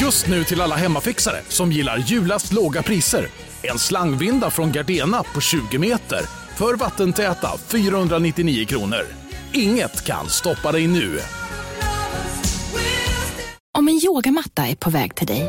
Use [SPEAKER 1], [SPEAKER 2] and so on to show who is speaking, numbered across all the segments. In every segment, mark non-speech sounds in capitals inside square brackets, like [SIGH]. [SPEAKER 1] Just nu till alla hemmafixare som gillar julast låga priser. En slangvinda från Gardena på 20 meter för vattentäta 499 kronor. Inget kan stoppa dig nu.
[SPEAKER 2] Om en yogamatta är på väg till dig,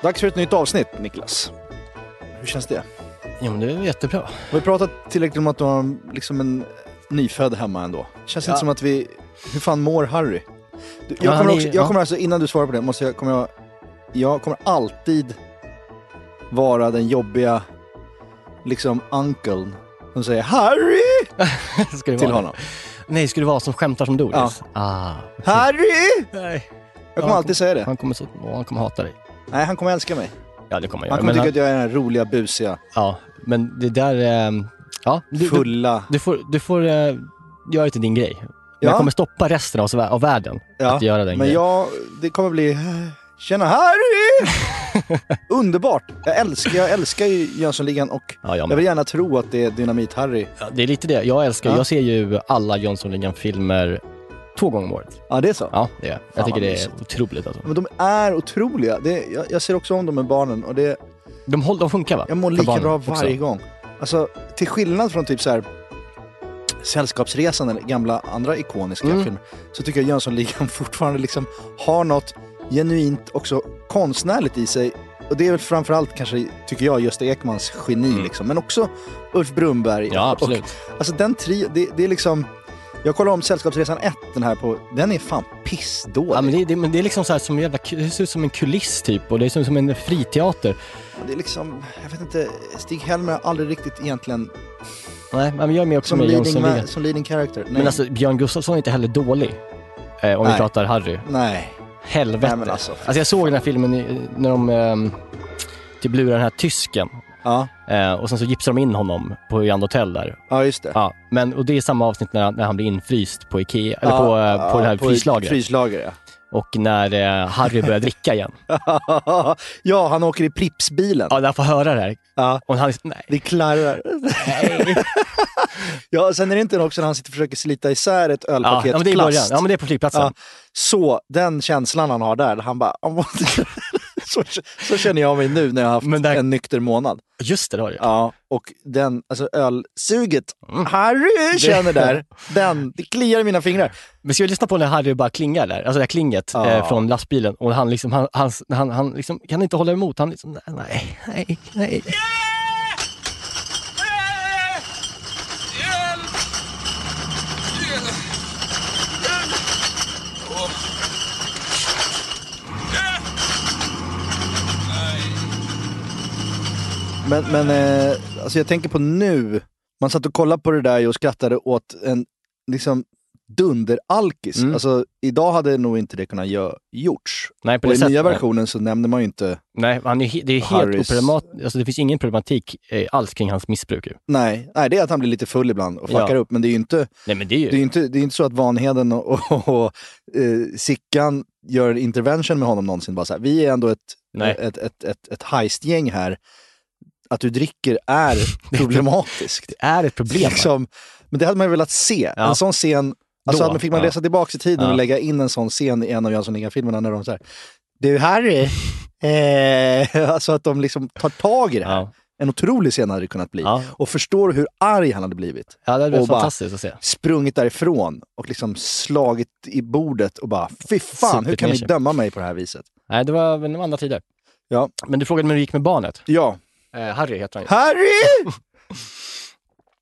[SPEAKER 3] Dags för ett nytt avsnitt, Niklas. Hur känns det?
[SPEAKER 4] Jo, men det är jättebra. [LAUGHS]
[SPEAKER 3] Har vi pratat tillräckligt om att du har liksom en nyfödd hemma ändå? Känns det
[SPEAKER 4] Ja.
[SPEAKER 3] inte som att vi... Hur fan mår Harry? Du, jag,
[SPEAKER 4] Ja, han
[SPEAKER 3] kommer
[SPEAKER 4] är-
[SPEAKER 3] också, jag
[SPEAKER 4] ja.
[SPEAKER 3] kommer alltså, innan du svarar på det, måste jag, kommer jag, jag kommer alltid vara den jobbiga liksom unkeln som säger Harry
[SPEAKER 4] Ska
[SPEAKER 3] till
[SPEAKER 4] det vara det?
[SPEAKER 3] honom.
[SPEAKER 4] Nej, ska det vara som skämtar som Doris?
[SPEAKER 3] Ja.
[SPEAKER 4] Ah,
[SPEAKER 3] Harry!
[SPEAKER 4] nej.
[SPEAKER 3] Jag kommer alltid säga det.
[SPEAKER 4] Han kommer, så, åh, han kommer hata dig.
[SPEAKER 3] Nej, han kommer älska mig.
[SPEAKER 4] Ja, det kommer han
[SPEAKER 3] Han
[SPEAKER 4] göra.
[SPEAKER 3] kommer
[SPEAKER 4] men,
[SPEAKER 3] tycka
[SPEAKER 4] han,
[SPEAKER 3] att jag är den här roliga, busiga,
[SPEAKER 4] ja, men det där... ehm, ja, du, du,
[SPEAKER 3] fulla.
[SPEAKER 4] du får, du får eh, göra det till din grej. Men
[SPEAKER 3] Ja.
[SPEAKER 4] Jag kommer stoppa resten av, av världen
[SPEAKER 3] Ja,
[SPEAKER 4] att göra den
[SPEAKER 3] Men
[SPEAKER 4] grejen.
[SPEAKER 3] jag, det kommer bli... "Eh, Tjena Harry!
[SPEAKER 4] [LAUGHS]
[SPEAKER 3] Underbart! Jag älskar, jag älskar ju Jönssonligan och
[SPEAKER 4] Ja, jag
[SPEAKER 3] jag
[SPEAKER 4] med.
[SPEAKER 3] vill gärna tro att det är Dynamit-Harry.
[SPEAKER 4] Ja, det är lite det. Jag älskar,
[SPEAKER 3] Ja.
[SPEAKER 4] jag ser ju alla Jönssonligan-filmer två gånger om året.
[SPEAKER 3] Ja, det är så.
[SPEAKER 4] Ja, det är jag.
[SPEAKER 3] Fan,
[SPEAKER 4] Jag tycker
[SPEAKER 3] vad
[SPEAKER 4] det
[SPEAKER 3] mysigt.
[SPEAKER 4] är otroligt alltså.
[SPEAKER 3] Men de är otroliga. Det, jag, jag ser också om dem med barnen och det,
[SPEAKER 4] De, håll, de funkar va?
[SPEAKER 3] jag mår
[SPEAKER 4] För
[SPEAKER 3] lika
[SPEAKER 4] barnen
[SPEAKER 3] bra
[SPEAKER 4] också.
[SPEAKER 3] varje gång. Alltså, till skillnad från typ så här Sällskapsresan eller gamla andra ikoniska
[SPEAKER 4] Mm.
[SPEAKER 3] filmer så tycker jag Jönssonligan [LAUGHS] fortfarande liksom har något genuint också konstnärligt i sig. Och det är väl framförallt kanske, tycker jag, Gösta Ekmans geni liksom. Men också Ulf Brunnberg.
[SPEAKER 4] Mm. Ja,
[SPEAKER 3] Och-
[SPEAKER 4] absolut.
[SPEAKER 3] Alltså den tri, det, det är liksom... Jag kollar om Sällskapsresan 1, den här på... Den är fan pissdålig.
[SPEAKER 4] Ja, men det, det, men det är liksom så här som en jävla, ku- det ser ut som en kuliss typ och det är som, som en friteater.
[SPEAKER 3] Det är liksom... Jag vet inte, Stig-Helmer har aldrig riktigt egentligen...
[SPEAKER 4] Nej, men jag är med också
[SPEAKER 3] Som,
[SPEAKER 4] med
[SPEAKER 3] leading,
[SPEAKER 4] Jönssonligan.
[SPEAKER 3] ma- som leading character. Nej.
[SPEAKER 4] Men alltså Björn Gustafsson är inte heller dålig. Eh, om
[SPEAKER 3] Nej.
[SPEAKER 4] vi pratar Harry.
[SPEAKER 3] Nej.
[SPEAKER 4] Helvete.
[SPEAKER 3] Nej, men alltså.
[SPEAKER 4] jag såg den här filmen i- när de ehm, typ lurar den här tysken.
[SPEAKER 3] Ja,
[SPEAKER 4] Eh, och sen så gipsar de in honom på Grand Hotel där.
[SPEAKER 3] ja just det.
[SPEAKER 4] Ja, men, och det är samma avsnitt när, han- när han blir infryst på Ikea, eller
[SPEAKER 3] Ja,
[SPEAKER 4] på, eh,
[SPEAKER 3] ja,
[SPEAKER 4] på det här
[SPEAKER 3] på
[SPEAKER 4] fryslagret.
[SPEAKER 3] fryslagret,
[SPEAKER 4] Och när eh, Harry börjar dricka igen.
[SPEAKER 3] [LAUGHS] ja. [LAUGHS] ja, han åker i Pripsbilen.
[SPEAKER 4] Ja, när han får höra det här.
[SPEAKER 3] Ja.
[SPEAKER 4] Och han, nej.
[SPEAKER 3] Det klarrar.
[SPEAKER 4] nej.
[SPEAKER 3] [LAUGHS] Ja, och sen är det inte också när han sitter och försöker slita isär ett
[SPEAKER 4] Ja,
[SPEAKER 3] ölpaket
[SPEAKER 4] ja, men det är i början.
[SPEAKER 3] plast.
[SPEAKER 4] Ja, men det är på flygplatsen.
[SPEAKER 3] Ja, så, den känslan han har där, han bara... "Jag måste-" [LAUGHS] så, så känner jag mig nu när jag har haft
[SPEAKER 4] Men där-
[SPEAKER 3] en nykter månad.
[SPEAKER 4] Just det, det var det.
[SPEAKER 3] Ja, och den, alltså ölsuget
[SPEAKER 4] Mm.
[SPEAKER 3] Harry känner där, den, det kliar i mina fingrar.
[SPEAKER 4] Vi ska ju lyssna på när Harry bara klingar där, alltså det här klinget
[SPEAKER 3] Ja.
[SPEAKER 4] eh, från lastbilen och han, liksom, han, han, han, han liksom, kan inte hålla emot. Han liksom, nej, nej, nej.
[SPEAKER 3] Men, men eh, alltså jag tänker på nu, man satt och kollade på det där och skrattade åt en liksom dunderalkis.
[SPEAKER 4] Mm.
[SPEAKER 3] Alltså, idag hade nog inte det kunnat gö- gjorts.
[SPEAKER 4] Nej, på
[SPEAKER 3] Och
[SPEAKER 4] det
[SPEAKER 3] i
[SPEAKER 4] sättet.
[SPEAKER 3] nya versionen så nämner man ju inte,
[SPEAKER 4] Nej, han är, he- det är helt
[SPEAKER 3] Harrys-
[SPEAKER 4] oproblematiskt. Alltså det finns ingen problematik eh, alls kring hans missbruk. ju.
[SPEAKER 3] nej, nej, det är att han blir lite full ibland och fuckar
[SPEAKER 4] Ja.
[SPEAKER 3] upp. Men det är ju inte
[SPEAKER 4] Nej, men det är ju...
[SPEAKER 3] Det är ju inte, det är inte så att Vanheden och, och, och eh, Sickan gör en intervention med honom någonsin. Bara så här, vi är ändå ett,
[SPEAKER 4] Nej.
[SPEAKER 3] ett, ett, ett, ett heistgäng här. Att du dricker
[SPEAKER 4] [LAUGHS]
[SPEAKER 3] är problematiskt.
[SPEAKER 4] det är ett problem. va?
[SPEAKER 3] liksom, men det hade man ju velat se.
[SPEAKER 4] Ja.
[SPEAKER 3] En sån scen. Alltså,
[SPEAKER 4] Då,
[SPEAKER 3] hade man, fick man
[SPEAKER 4] ja.
[SPEAKER 3] resa tillbaka i tiden och
[SPEAKER 4] Ja.
[SPEAKER 3] lägga in en sån scen i en av Jönssonligan-filmerna när de så här, du
[SPEAKER 4] [LAUGHS]
[SPEAKER 3] Harry, eh, alltså att de liksom tar tag i det här.
[SPEAKER 4] Ja.
[SPEAKER 3] En otrolig scen hade det kunnat bli.
[SPEAKER 4] Ja.
[SPEAKER 3] Och förstår hur arg han hade blivit
[SPEAKER 4] ja, det hade
[SPEAKER 3] Och
[SPEAKER 4] varit
[SPEAKER 3] bara-
[SPEAKER 4] fantastiskt att se.
[SPEAKER 3] sprungit därifrån och liksom slagit i bordet och bara fy fan, hur
[SPEAKER 4] Supit
[SPEAKER 3] kan
[SPEAKER 4] ner
[SPEAKER 3] ni
[SPEAKER 4] sig.
[SPEAKER 3] döma mig på det här viset?
[SPEAKER 4] Nej, det var, det var andra tider.
[SPEAKER 3] Ja.
[SPEAKER 4] Men du frågade mig hur det gick med barnet.
[SPEAKER 3] Ja,
[SPEAKER 4] Eh, Harry heter han ju.
[SPEAKER 3] Harry!
[SPEAKER 4] [LAUGHS]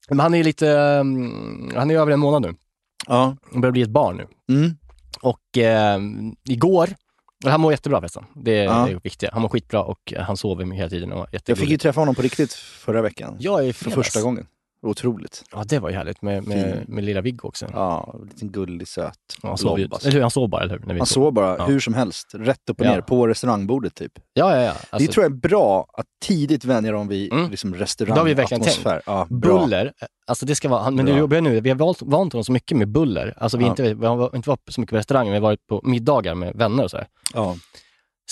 [SPEAKER 4] Men han är ju lite... ehm, han är över en månad nu.
[SPEAKER 3] Ja.
[SPEAKER 4] Han börjar bli ett barn nu.
[SPEAKER 3] Mm.
[SPEAKER 4] Och eh, igår, och han mår jättebra förresten. Det är
[SPEAKER 3] Ja.
[SPEAKER 4] det är viktigt. Han mår skitbra och eh, han sover mycket hela tiden och är
[SPEAKER 3] Jag fick ju
[SPEAKER 4] jättegullig.
[SPEAKER 3] träffa honom på riktigt förra veckan.
[SPEAKER 4] Jag är
[SPEAKER 3] För
[SPEAKER 4] fredags.
[SPEAKER 3] första gången. Otroligt.
[SPEAKER 4] Ja, det var ju härligt med, med,
[SPEAKER 3] Fin.
[SPEAKER 4] med lilla Viggo också.
[SPEAKER 3] Ja, liten gullig söt.
[SPEAKER 4] Ja, han, sov ju,
[SPEAKER 3] blob, alltså.
[SPEAKER 4] eller hur, han sov bara, eller hur? När vi
[SPEAKER 3] Han
[SPEAKER 4] såg.
[SPEAKER 3] såg bara
[SPEAKER 4] Ja.
[SPEAKER 3] hur som helst, rätt upp och
[SPEAKER 4] Ja.
[SPEAKER 3] ner, på restaurangbordet typ.
[SPEAKER 4] Ja, ja, ja.
[SPEAKER 3] det
[SPEAKER 4] Alltså,
[SPEAKER 3] tror jag är bra att tidigt vänja dem vid
[SPEAKER 4] Mm.
[SPEAKER 3] liksom,
[SPEAKER 4] Då har vi verkligen
[SPEAKER 3] restaurangatmosfär. Ja, bra.
[SPEAKER 4] Buller, alltså det ska vara, han- men det
[SPEAKER 3] Bra.
[SPEAKER 4] jobbiga nu, är att vi har valt, vant honom så mycket med buller. Alltså vi,
[SPEAKER 3] Ja.
[SPEAKER 4] har inte, vi har inte varit så mycket på restaurang, men vi har varit på middagar med vänner och så här.
[SPEAKER 3] Ja.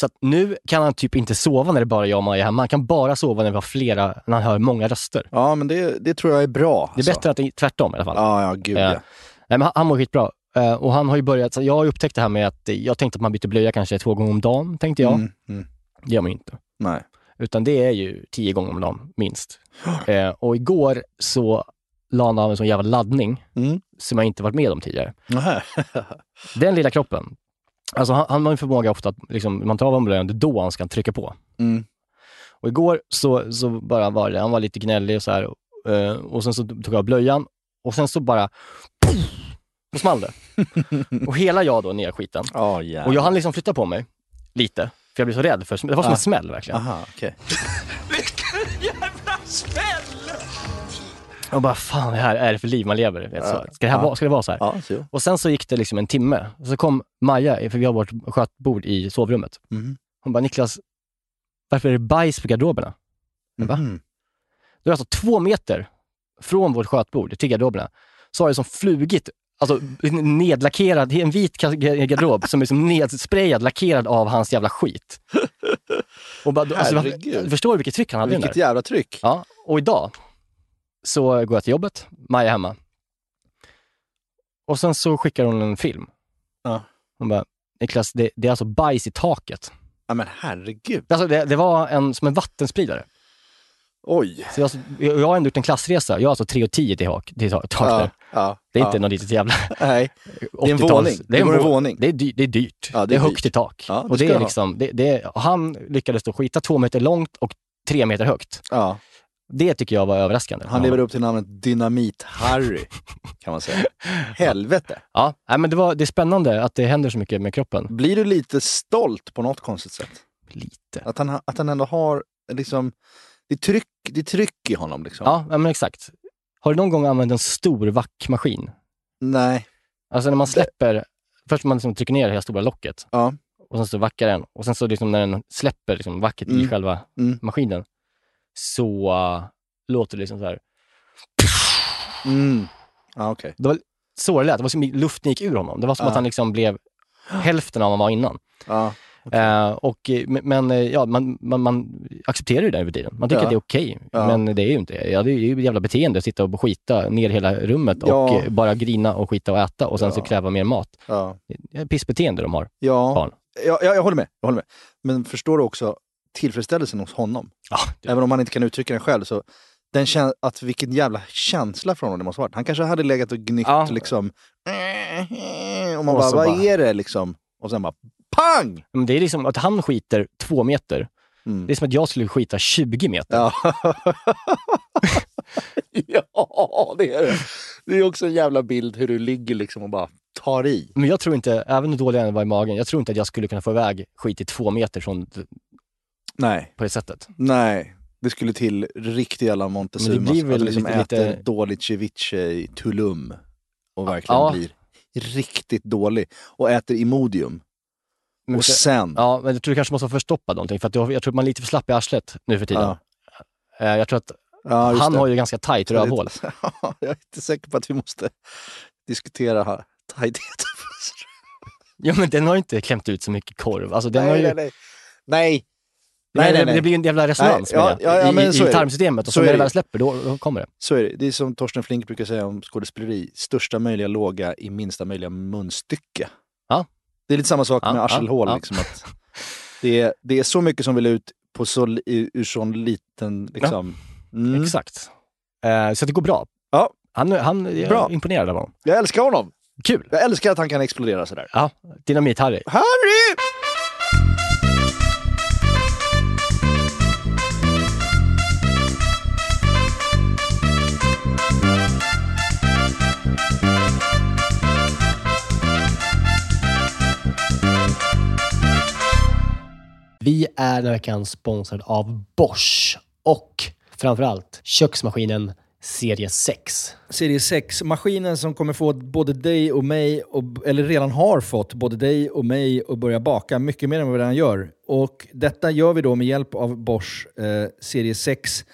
[SPEAKER 4] Så att nu kan han typ inte sova när det är bara jag och Maja hemma. Han kan bara sova när vi har flera, när han hör många röster.
[SPEAKER 3] ja, men det, det tror jag är bra. alltså.
[SPEAKER 4] Det är bättre att det är tvärtom i alla fall.
[SPEAKER 3] Ja, ja, gud ja.
[SPEAKER 4] Eh, Nej, men han, han mår skitbra. Eh, och han har ju börjat, så jag har ju upptäckt det här med att eh, jag tänkte att man byter blöja kanske två gånger om dagen, tänkte jag.
[SPEAKER 3] Mm, mm.
[SPEAKER 4] Det gör man ju inte. [LAUGHS]
[SPEAKER 3] Nej.
[SPEAKER 4] Utan det är ju tio gånger om dagen, minst. [GASPS] Eh, och igår så la han av en sån jävla laddning
[SPEAKER 3] Mm.
[SPEAKER 4] som jag inte varit med om tidigare.
[SPEAKER 3] Nähä.
[SPEAKER 4] Den lilla kroppen. Alltså han, han har ju förmåga ofta att liksom, man tar av honom blöjan, det är då han ska trycka på.
[SPEAKER 3] Mm.
[SPEAKER 4] Och igår så, så bara var det, han var lite gnällig och så här. eh, Och sen så tog jag av blöjan och sen så bara... [LAUGHS] Då
[SPEAKER 3] [LAUGHS]
[SPEAKER 4] small det. Och hela jag då ner i skiten.
[SPEAKER 3] Ja, jävlar.
[SPEAKER 4] Och jag hann liksom flytta på mig lite, för jag blev så rädd. För, det var som en smäll verkligen.
[SPEAKER 3] Aha, okej.
[SPEAKER 4] Och bara, fan det här är det för liv man lever? Vet, så. Ska, det här vara, ska det vara så här?
[SPEAKER 3] Ja, så.
[SPEAKER 4] Och sen så gick det liksom en timme. Och så kom Maja, för vi har vårt skötbord i sovrummet.
[SPEAKER 3] Mm.
[SPEAKER 4] Hon bara, Niklas, varför är det bajs på garderoberna? Va?
[SPEAKER 3] Mm.
[SPEAKER 4] Då är det alltså två meter från vårt skötbord till garderoberna, så har det som flugit, alltså en nedlackerad, en vit ka- ga- garderob som är som nedsprayad, lackerad av hans jävla skit. Och bara, alltså, varför,
[SPEAKER 3] Herregud.
[SPEAKER 4] förstår du vilket tryck han hade i den
[SPEAKER 3] Vilket
[SPEAKER 4] där?
[SPEAKER 3] jävla tryck.
[SPEAKER 4] Ja, och idag så går jag till jobbet, Maja är hemma. Och sen så skickar hon en film.
[SPEAKER 3] Ja.
[SPEAKER 4] Hon bara, Niklas, det, det är alltså bajs i taket.
[SPEAKER 3] Ja, men herregud.
[SPEAKER 4] Alltså det, det var en, som en vattenspridare.
[SPEAKER 3] Oj.
[SPEAKER 4] Så jag, jag har ändå gjort en klassresa. Jag har alltså 3 och 10 till hak, till tak, tak
[SPEAKER 3] Ja,
[SPEAKER 4] nu.
[SPEAKER 3] ja,
[SPEAKER 4] Det är
[SPEAKER 3] ja.
[SPEAKER 4] inte något litet jävla
[SPEAKER 3] Nej. Det är en
[SPEAKER 4] 80-tals-
[SPEAKER 3] våning. Det var en
[SPEAKER 4] vå-
[SPEAKER 3] våning.
[SPEAKER 4] Det är, dy, det är dyrt.
[SPEAKER 3] Ja, det är
[SPEAKER 4] det, är högt
[SPEAKER 3] dyrt.
[SPEAKER 4] i tak.
[SPEAKER 3] Ja, det
[SPEAKER 4] och det
[SPEAKER 3] ska
[SPEAKER 4] är
[SPEAKER 3] det
[SPEAKER 4] liksom, det, det, är- och han lyckades då skita två meter långt och tre meter högt.
[SPEAKER 3] Ja.
[SPEAKER 4] Det tycker jag var överraskande.
[SPEAKER 3] Han lever upp till namnet Dynamit-Harry, kan man
[SPEAKER 4] [LAUGHS]
[SPEAKER 3] säga. Helvete.
[SPEAKER 4] Ja, nej, men det, var, det är spännande att det händer så mycket med kroppen.
[SPEAKER 3] Blir du lite stolt på något konstigt sätt?
[SPEAKER 4] Lite.
[SPEAKER 3] Att han, ha- att han ändå har, liksom, det är tryck, det är tryck i honom liksom.
[SPEAKER 4] Ja, nej, men exakt. Har du någon gång använt en stor vackmaskin?
[SPEAKER 3] Nej.
[SPEAKER 4] Alltså när man släpper, först man liksom trycker ner det här stora locket
[SPEAKER 3] Ja.
[SPEAKER 4] och sen så vackar den och sen så liksom när den släpper liksom vacket i
[SPEAKER 3] Mm.
[SPEAKER 4] själva
[SPEAKER 3] Mm.
[SPEAKER 4] maskinen så äh, låter det liksom så här.
[SPEAKER 3] Mm. Ja, okej.
[SPEAKER 4] Det var så det lät, det var som luften gick ur honom. Det var som
[SPEAKER 3] Ja.
[SPEAKER 4] att han liksom blev hälften av vad han var innan.
[SPEAKER 3] Ja.
[SPEAKER 4] Eh, och, eh, men- men eh, ja, man, man, man accepterar ju det över tiden. Man tycker
[SPEAKER 3] Ja.
[SPEAKER 4] att det är okej,
[SPEAKER 3] Ja.
[SPEAKER 4] men det är ju inte det. ja, det. är ju ett jävla beteende att sitta och skita ner hela rummet och
[SPEAKER 3] Ja.
[SPEAKER 4] eh, bara grina och skita och äta och sen så
[SPEAKER 3] Ja.
[SPEAKER 4] kräva mer mat.
[SPEAKER 3] Ja.
[SPEAKER 4] Det är ett Pissbeteende de har.
[SPEAKER 3] Ja.
[SPEAKER 4] Barn.
[SPEAKER 3] Ja, ja, jag håller med. Jag håller med. Men förstår du också tillfredsställelsen hos honom?
[SPEAKER 4] Ja,
[SPEAKER 3] Även om han inte kan uttrycka den själv. Så den kän- att vilken jävla känsla från honom det måste ha varit. Han kanske hade legat och gnytt
[SPEAKER 4] Ja.
[SPEAKER 3] liksom. "Äh", Och man
[SPEAKER 4] Och
[SPEAKER 3] bara,
[SPEAKER 4] så
[SPEAKER 3] vad
[SPEAKER 4] bara-
[SPEAKER 3] är det liksom? Och sen bara, pang!
[SPEAKER 4] Men det är liksom att han skiter två meter.
[SPEAKER 3] Mm.
[SPEAKER 4] Det är som att jag skulle skita 20 meter.
[SPEAKER 3] Ja. [LAUGHS] ja, det är det. Det är också en jävla bild hur du ligger liksom och bara tar i.
[SPEAKER 4] Men jag tror inte, även hur dålig jag var i magen, jag tror inte att jag skulle kunna få iväg skit i två meter från,
[SPEAKER 3] Nej,
[SPEAKER 4] på det sättet.
[SPEAKER 3] nej. Det skulle till riktig jävla Montezuma.
[SPEAKER 4] Men det blir
[SPEAKER 3] att
[SPEAKER 4] väl
[SPEAKER 3] du liksom
[SPEAKER 4] lite-
[SPEAKER 3] äter
[SPEAKER 4] lite-
[SPEAKER 3] dåligt ceviche i Tulum och verkligen
[SPEAKER 4] Ja.
[SPEAKER 3] blir riktigt dålig. Och äter Imodium.
[SPEAKER 4] Men
[SPEAKER 3] och
[SPEAKER 4] det-
[SPEAKER 3] sen...
[SPEAKER 4] Ja, men jag tror du kanske måste vara förstoppad någonting, för att jag, jag tror att man är lite för slapp i arslet nu för tiden.
[SPEAKER 3] Ja.
[SPEAKER 4] Eh, Jag tror att
[SPEAKER 3] Ja, just
[SPEAKER 4] han
[SPEAKER 3] det.
[SPEAKER 4] har ju ganska tajt rövhål.
[SPEAKER 3] [LAUGHS] Jag är inte säker på att vi måste diskutera här. tajtheten.
[SPEAKER 4] Ja, men den har ju inte klämt ut så mycket korv. Alltså, den har
[SPEAKER 3] Nej,
[SPEAKER 4] ju,
[SPEAKER 3] nej, nej. Nej, nej,
[SPEAKER 4] men
[SPEAKER 3] nej,
[SPEAKER 4] det-
[SPEAKER 3] nej.
[SPEAKER 4] Det blir ju en jävla resonans
[SPEAKER 3] Nej,
[SPEAKER 4] med
[SPEAKER 3] ja, ja, ja, men
[SPEAKER 4] det
[SPEAKER 3] så
[SPEAKER 4] i,
[SPEAKER 3] är
[SPEAKER 4] i
[SPEAKER 3] det.
[SPEAKER 4] tarmsystemet. Och
[SPEAKER 3] Så
[SPEAKER 4] så
[SPEAKER 3] är
[SPEAKER 4] när det
[SPEAKER 3] det.
[SPEAKER 4] väl släpper, då, då kommer det.
[SPEAKER 3] Så är det. Det är som Torsten Flink brukar säga om skådespeleri. Största möjliga låga i minsta möjliga munstycke.
[SPEAKER 4] Ja.
[SPEAKER 3] Det är lite samma sak
[SPEAKER 4] Ja,
[SPEAKER 3] med
[SPEAKER 4] ja,
[SPEAKER 3] arselhål.
[SPEAKER 4] ja.
[SPEAKER 3] Liksom, att det, är, det är så mycket som vill ut på så, li- ur så liten... Liksom. Mm.
[SPEAKER 4] Exakt. Eh, Så att det går bra.
[SPEAKER 3] Ja.
[SPEAKER 4] Han, han jag är
[SPEAKER 3] Bra.
[SPEAKER 4] imponerad av honom.
[SPEAKER 3] Jag älskar honom!
[SPEAKER 4] Kul!
[SPEAKER 3] Jag älskar att han kan explodera sådär.
[SPEAKER 4] Ja, Dynamit-Harry.
[SPEAKER 3] Harry!
[SPEAKER 5] Vi är den här veckan sponsrad av Bosch och framförallt köksmaskinen
[SPEAKER 4] serie 6.
[SPEAKER 6] Serie 6. Maskinen som kommer få både dig och mig, och, eller redan har fått både dig och mig att börja baka mycket mer än vad vi redan gör. Och detta gör vi då med hjälp av Bosch eh, serie 6.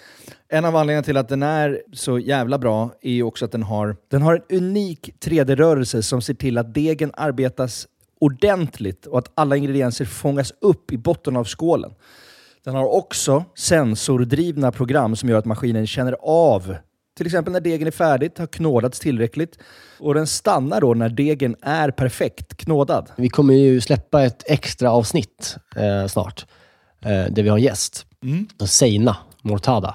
[SPEAKER 6] En av anledningarna till att den är så jävla bra är ju också att den har, den har en unik 3D-rörelse som ser till att degen arbetas ordentligt och att alla ingredienser fångas upp i botten av skålen. Den har också sensordrivna program som gör att maskinen känner av till exempel när degen är färdigt, har knådats tillräckligt och den stannar då när degen är perfekt knådad.
[SPEAKER 4] Vi kommer ju släppa ett extra avsnitt eh, snart, eh, där vi har en gäst.
[SPEAKER 3] Mm.
[SPEAKER 4] Seina Mortada.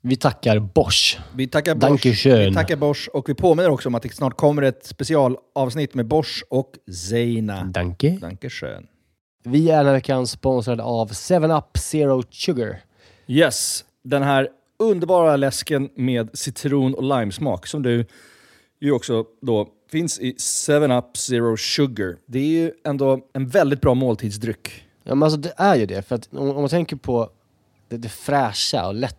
[SPEAKER 4] Vi tackar Bosch.
[SPEAKER 6] Vi tackar Bosch.
[SPEAKER 4] Dankeschön.
[SPEAKER 6] Vi tackar Bosch och vi påminner också om att det snart kommer ett specialavsnitt med Bosch och Zeina.
[SPEAKER 4] Danke.
[SPEAKER 6] Dankeschön.
[SPEAKER 4] Vi är den här veckan sponsrade av 7up Zero Sugar.
[SPEAKER 6] Yes, den här underbara läsken med citron och limesmak som du ju också då finns i 7-Up Zero Sugar. Det är ju ändå en väldigt bra måltidsdryck.
[SPEAKER 4] Ja, men alltså det är ju det. För att om, om man tänker på det, det fräscha och lätta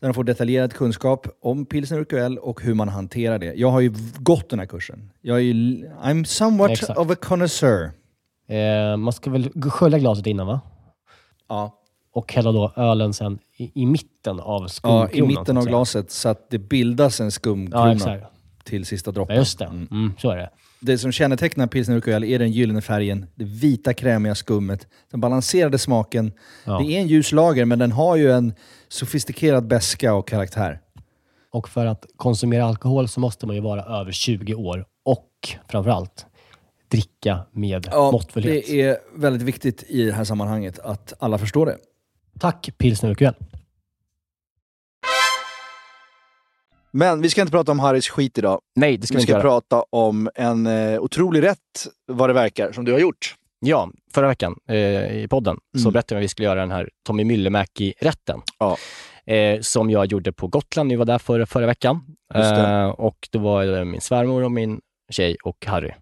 [SPEAKER 6] Där de får detaljerad kunskap om pilsner och UQL och hur man hanterar det. Jag har ju v- gått den här kursen. Jag är ju, I'm somewhat
[SPEAKER 4] Exakt.
[SPEAKER 6] of a connoisseur.
[SPEAKER 4] Eh, man ska väl skölja glaset innan va?
[SPEAKER 6] Ja.
[SPEAKER 5] och hälla då ölen sen i, i mitten av
[SPEAKER 6] Ja,
[SPEAKER 5] skumkronan.
[SPEAKER 6] I
[SPEAKER 5] så
[SPEAKER 6] mitten
[SPEAKER 5] att
[SPEAKER 6] av
[SPEAKER 5] säga.
[SPEAKER 6] glaset så att det bildas en
[SPEAKER 5] Ja,
[SPEAKER 6] skumkrona
[SPEAKER 5] exakt.
[SPEAKER 6] till sista
[SPEAKER 5] Ja,
[SPEAKER 6] droppen.
[SPEAKER 5] just det. Mm, så är det.
[SPEAKER 6] Det som kännetecknar pilsner urquell är den gyllene färgen, det vita krämiga skummet, den balanserade smaken. Det är en ljus lager, men den har ju en sofistikerad beska och karaktär.
[SPEAKER 5] Och för att konsumera alkohol så måste man ju vara över 20 år och framförallt dricka med måttfullhet.
[SPEAKER 6] det är väldigt viktigt i det här sammanhanget att alla förstår det.
[SPEAKER 5] Tack Pilsner UQL.
[SPEAKER 3] Men vi ska inte prata om Harrys skit idag.
[SPEAKER 4] Nej, det ska vi,
[SPEAKER 3] Vi
[SPEAKER 4] inte
[SPEAKER 3] ska
[SPEAKER 4] göra.
[SPEAKER 3] prata om en eh, otrolig rätt, vad det verkar, som du har gjort.
[SPEAKER 4] Ja, förra veckan eh, i podden
[SPEAKER 6] Mm.
[SPEAKER 4] så berättade jag att vi skulle göra den här Tommy Myllymäki-rätten.
[SPEAKER 3] Ja.
[SPEAKER 4] Eh, som jag gjorde på Gotland, vi var där förra, förra veckan.
[SPEAKER 3] Just det.
[SPEAKER 4] Eh, och då var det min svärmor och min tjej och Harry.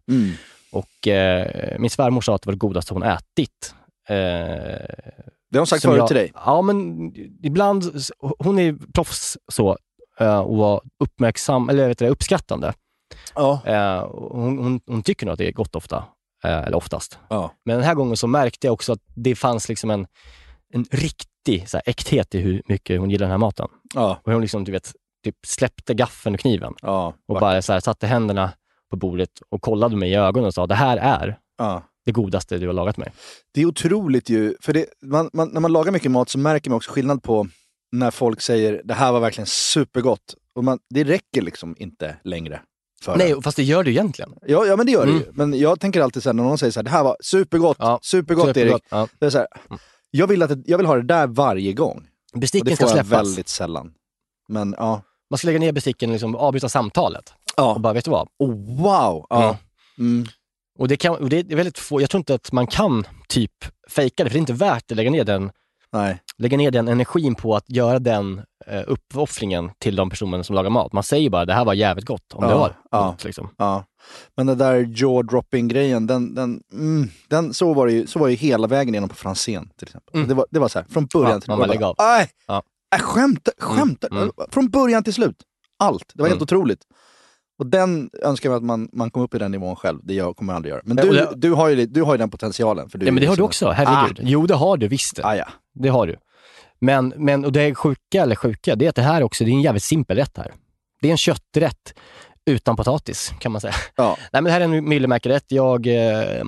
[SPEAKER 4] Och eh, min svärmor sa att det var det godaste hon ätit. Eh,
[SPEAKER 3] Det har de sagt
[SPEAKER 4] som
[SPEAKER 3] förut
[SPEAKER 4] jag-
[SPEAKER 3] till dig.
[SPEAKER 4] Ja, men ibland, hon är proffs så eh, och var uppmärksam, eller vet du, uppskattande.
[SPEAKER 3] Ja.
[SPEAKER 4] Eh, Hon, hon, hon tycker nog att det är gott ofta, eh, eller oftast.
[SPEAKER 3] Ja.
[SPEAKER 4] Men den här gången så märkte jag också att det fanns liksom en, en riktig så här, äkthet i hur mycket hon gillar den här maten.
[SPEAKER 3] Ja.
[SPEAKER 4] Och hon liksom, du vet, typ släppte gaffeln och kniven
[SPEAKER 3] Ja.
[SPEAKER 4] och bara så här, satte händerna på bordet och kollade mig i ögonen och sa det här är
[SPEAKER 3] ja.
[SPEAKER 4] det godaste du har lagat mig.
[SPEAKER 3] Det är otroligt ju, för det, man, man, när man lagar mycket mat så märker man också skillnad på när folk säger det här var verkligen supergott. Och man, det räcker liksom inte längre. För en.
[SPEAKER 4] Nej, fast det gör du egentligen.
[SPEAKER 3] Ja, ja, men det gör det ju. Men jag tänker alltid så här, när någon säger så här, det här var supergott,
[SPEAKER 4] Ja, Mm.
[SPEAKER 3] supergott, Erik.
[SPEAKER 4] Ja.
[SPEAKER 3] Det är så här, jag, vill att det, jag vill ha det där varje gång. Och
[SPEAKER 4] Besticken
[SPEAKER 3] det
[SPEAKER 4] ska
[SPEAKER 3] får jag
[SPEAKER 4] släppas.
[SPEAKER 3] väldigt sällan. Men ja.
[SPEAKER 4] Man ska lägga ner besticken och liksom avbryta samtalet. Och
[SPEAKER 3] ja.
[SPEAKER 4] bara, vet du vad?
[SPEAKER 3] Oh, wow! Ja. Mm.
[SPEAKER 4] Och det, kan, och det är väldigt få, jag tror inte att man kan typ fejka det, för det är inte värt att lägga ner den,
[SPEAKER 3] Nej.
[SPEAKER 4] lägga ner den energin på att göra den eh, uppoffringen till de personerna som lagar mat. Man säger bara, det här var jävligt gott, om
[SPEAKER 3] Ja,
[SPEAKER 4] det var
[SPEAKER 3] ja.
[SPEAKER 4] något, liksom.
[SPEAKER 3] Ja. Men den där jaw-dropping-grejen, den, den, mm, den, så, var det ju, så var det ju hela vägen genom på Franzén till exempel.
[SPEAKER 4] Mm.
[SPEAKER 3] Det, var, det var så här, från början
[SPEAKER 4] Ja,
[SPEAKER 3] till
[SPEAKER 4] man bara lägger av.
[SPEAKER 3] Nej!
[SPEAKER 4] Ja.
[SPEAKER 3] Äh, skämta, skämta.
[SPEAKER 4] mm.
[SPEAKER 3] Från början till slut. Allt. Det var helt
[SPEAKER 4] Mm.
[SPEAKER 3] otroligt. Och den önskar jag att man, man kom upp i den nivån själv. Det jag kommer jag aldrig göra. Men
[SPEAKER 4] Ja,
[SPEAKER 3] du,
[SPEAKER 4] och det-
[SPEAKER 3] du, har ju, du har ju den potentialen. För du
[SPEAKER 4] Ja, men
[SPEAKER 3] är
[SPEAKER 4] det har du
[SPEAKER 3] liksom-
[SPEAKER 4] också, herregud. Jo, det har du visst.
[SPEAKER 3] Ah, ja.
[SPEAKER 4] Det har du. Men, men och det är sjuka, eller sjuka, det är att det här också, det är en jävligt simpel rätt här. Det är en kötträtt utan potatis, kan man säga.
[SPEAKER 3] Ja.
[SPEAKER 4] Nej, men det här är en Myllymäki-rätt. Jag eh,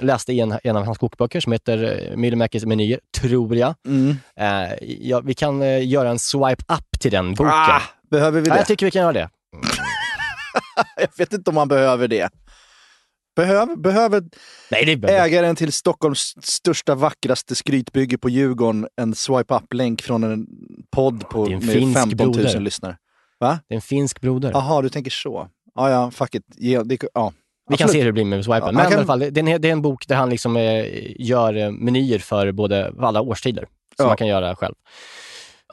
[SPEAKER 4] läste i en, en av hans kokböcker som heter eh, Myllymäkis menyer, tror jag.
[SPEAKER 3] Mm.
[SPEAKER 4] Eh, ja, vi kan eh, göra en swipe up till den boken.
[SPEAKER 3] Ah, behöver vi
[SPEAKER 4] ja,
[SPEAKER 3] det?
[SPEAKER 4] jag tycker vi kan göra det.
[SPEAKER 3] [LAUGHS] Jag vet inte om man behöver det. Behöver, behöver
[SPEAKER 4] Nej, det behöver vi
[SPEAKER 3] ägaren till Stockholms största, vackraste skrytbygge på Djurgården en swipe up-länk från en podd på
[SPEAKER 4] Det är en
[SPEAKER 3] med
[SPEAKER 4] finsk
[SPEAKER 3] 15 000
[SPEAKER 4] broder.
[SPEAKER 3] lyssnare?
[SPEAKER 4] Det är en finsk broder.
[SPEAKER 3] Jaha, du tänker så. Ja, ja, fuck it. Ja, det, ja.
[SPEAKER 4] vi kan
[SPEAKER 3] absolut.
[SPEAKER 4] se hur det blir med swipen.
[SPEAKER 3] Ja,
[SPEAKER 4] men
[SPEAKER 3] man kan-
[SPEAKER 4] i alla fall, det det är, en, det är en bok där han liksom, eh, gör eh, menyer för både för alla årstider som
[SPEAKER 3] Ja.
[SPEAKER 4] man kan göra själv.